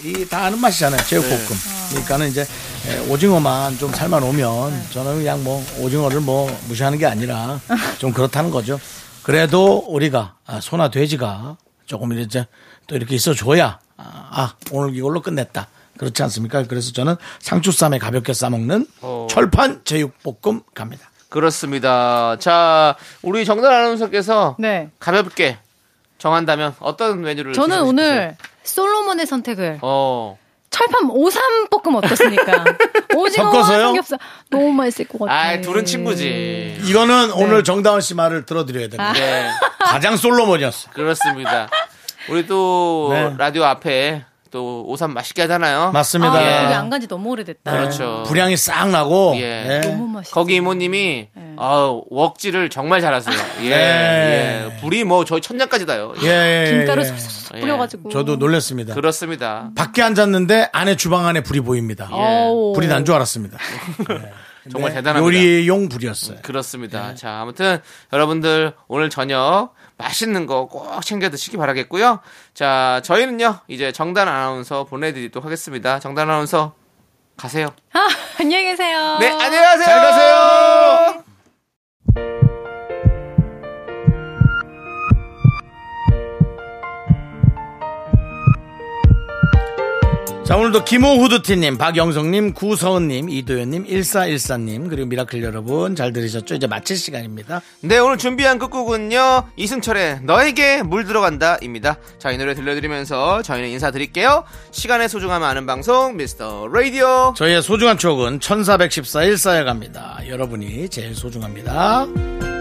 Speaker 1: 이 다 아는 맛이잖아요. 제육볶음. 그러니까는 이제 에, 오징어만 좀 살만 오면 저는 그냥 뭐 오징어를 뭐 무시하는 게 아니라 좀 그렇다는 거죠. 그래도 우리가 아, 소나 돼지가 조금 이제 또 이렇게 있어줘야 아, 아, 오늘 이걸로 끝냈다. 그렇지 않습니까? 그래서 저는 상추쌈에 가볍게 싸먹는
Speaker 2: 어.
Speaker 1: 철판 제육볶음 갑니다.
Speaker 2: 그렇습니다. 자, 우리 정단 아나운서께서
Speaker 6: 네.
Speaker 2: 가볍게 정한다면 어떤 메뉴를
Speaker 6: 저는
Speaker 2: 드시고 싶으세요?
Speaker 6: 오늘 솔로몬의 선택을
Speaker 2: 어.
Speaker 6: 철판 오삼 볶음 어떻습니까? 오징어와
Speaker 1: 섞어서요?
Speaker 6: 삼겹살 너무 맛있을 것 같아.
Speaker 2: 아, 둘은 친구지.
Speaker 1: 이거는 오늘 정다은 씨 말을 들어드려야 됩니다.
Speaker 2: 네.
Speaker 1: 가장 솔로몬이었어.
Speaker 2: 그렇습니다. 우리 또
Speaker 1: 네.
Speaker 2: 라디오 앞에 또 오삼 맛있게 하잖아요.
Speaker 1: 맞습니다.
Speaker 6: 아,
Speaker 2: 예.
Speaker 6: 여기 안 간 지 너무 오래됐다.
Speaker 2: 그렇죠.
Speaker 1: 분량이 싹 나고
Speaker 2: 예.
Speaker 1: 예.
Speaker 6: 너무 맛있어.
Speaker 2: 거기 이모님이
Speaker 6: 네.
Speaker 2: 아, 웍지를 정말 잘하세요. 예.
Speaker 1: 네.
Speaker 2: 예. 불이 뭐 저희 천장까지 닿아요.
Speaker 1: 예, 예,
Speaker 6: 김가루
Speaker 1: 예.
Speaker 6: 쏙쏙쏙
Speaker 2: 예.
Speaker 6: 뿌려가지고.
Speaker 1: 저도 놀랐습니다.
Speaker 2: 그렇습니다.
Speaker 1: 밖에 앉았는데 안에 주방 안에 불이 보입니다.
Speaker 6: 어우.
Speaker 1: 불이 난 줄 알았습니다.
Speaker 2: 예. 정말
Speaker 1: 네,
Speaker 2: 대단합니다.
Speaker 1: 요리용 불이었어요.
Speaker 2: 그렇습니다.
Speaker 1: 네.
Speaker 2: 자, 아무튼 여러분들 오늘 저녁 맛있는 거 꼭 챙겨 드시기 바라겠고요. 자, 저희는요. 이제 정단 아나운서 보내 드리도록 하겠습니다. 정단 아나운서 가세요.
Speaker 6: 아, 안녕히 계세요.
Speaker 2: 네, 안녕하세요.
Speaker 1: 어. 잘 가세요. 자, 오늘도 김호후드티님, 박영성님, 구서은님, 이도현님, 1414님, 그리고 미라클 여러분 잘 들으셨죠? 이제 마칠 시간입니다.
Speaker 2: 네, 오늘 준비한 끝곡은요. 이승철의 너에게 물 들어간다입니다. 자, 이 노래 들려드리면서 저희는 인사드릴게요. 시간의 소중함 아는 방송 미스터 라디오.
Speaker 1: 저희의 소중한 추억은 1414일 쌓여갑니다. 여러분이 제일 소중합니다.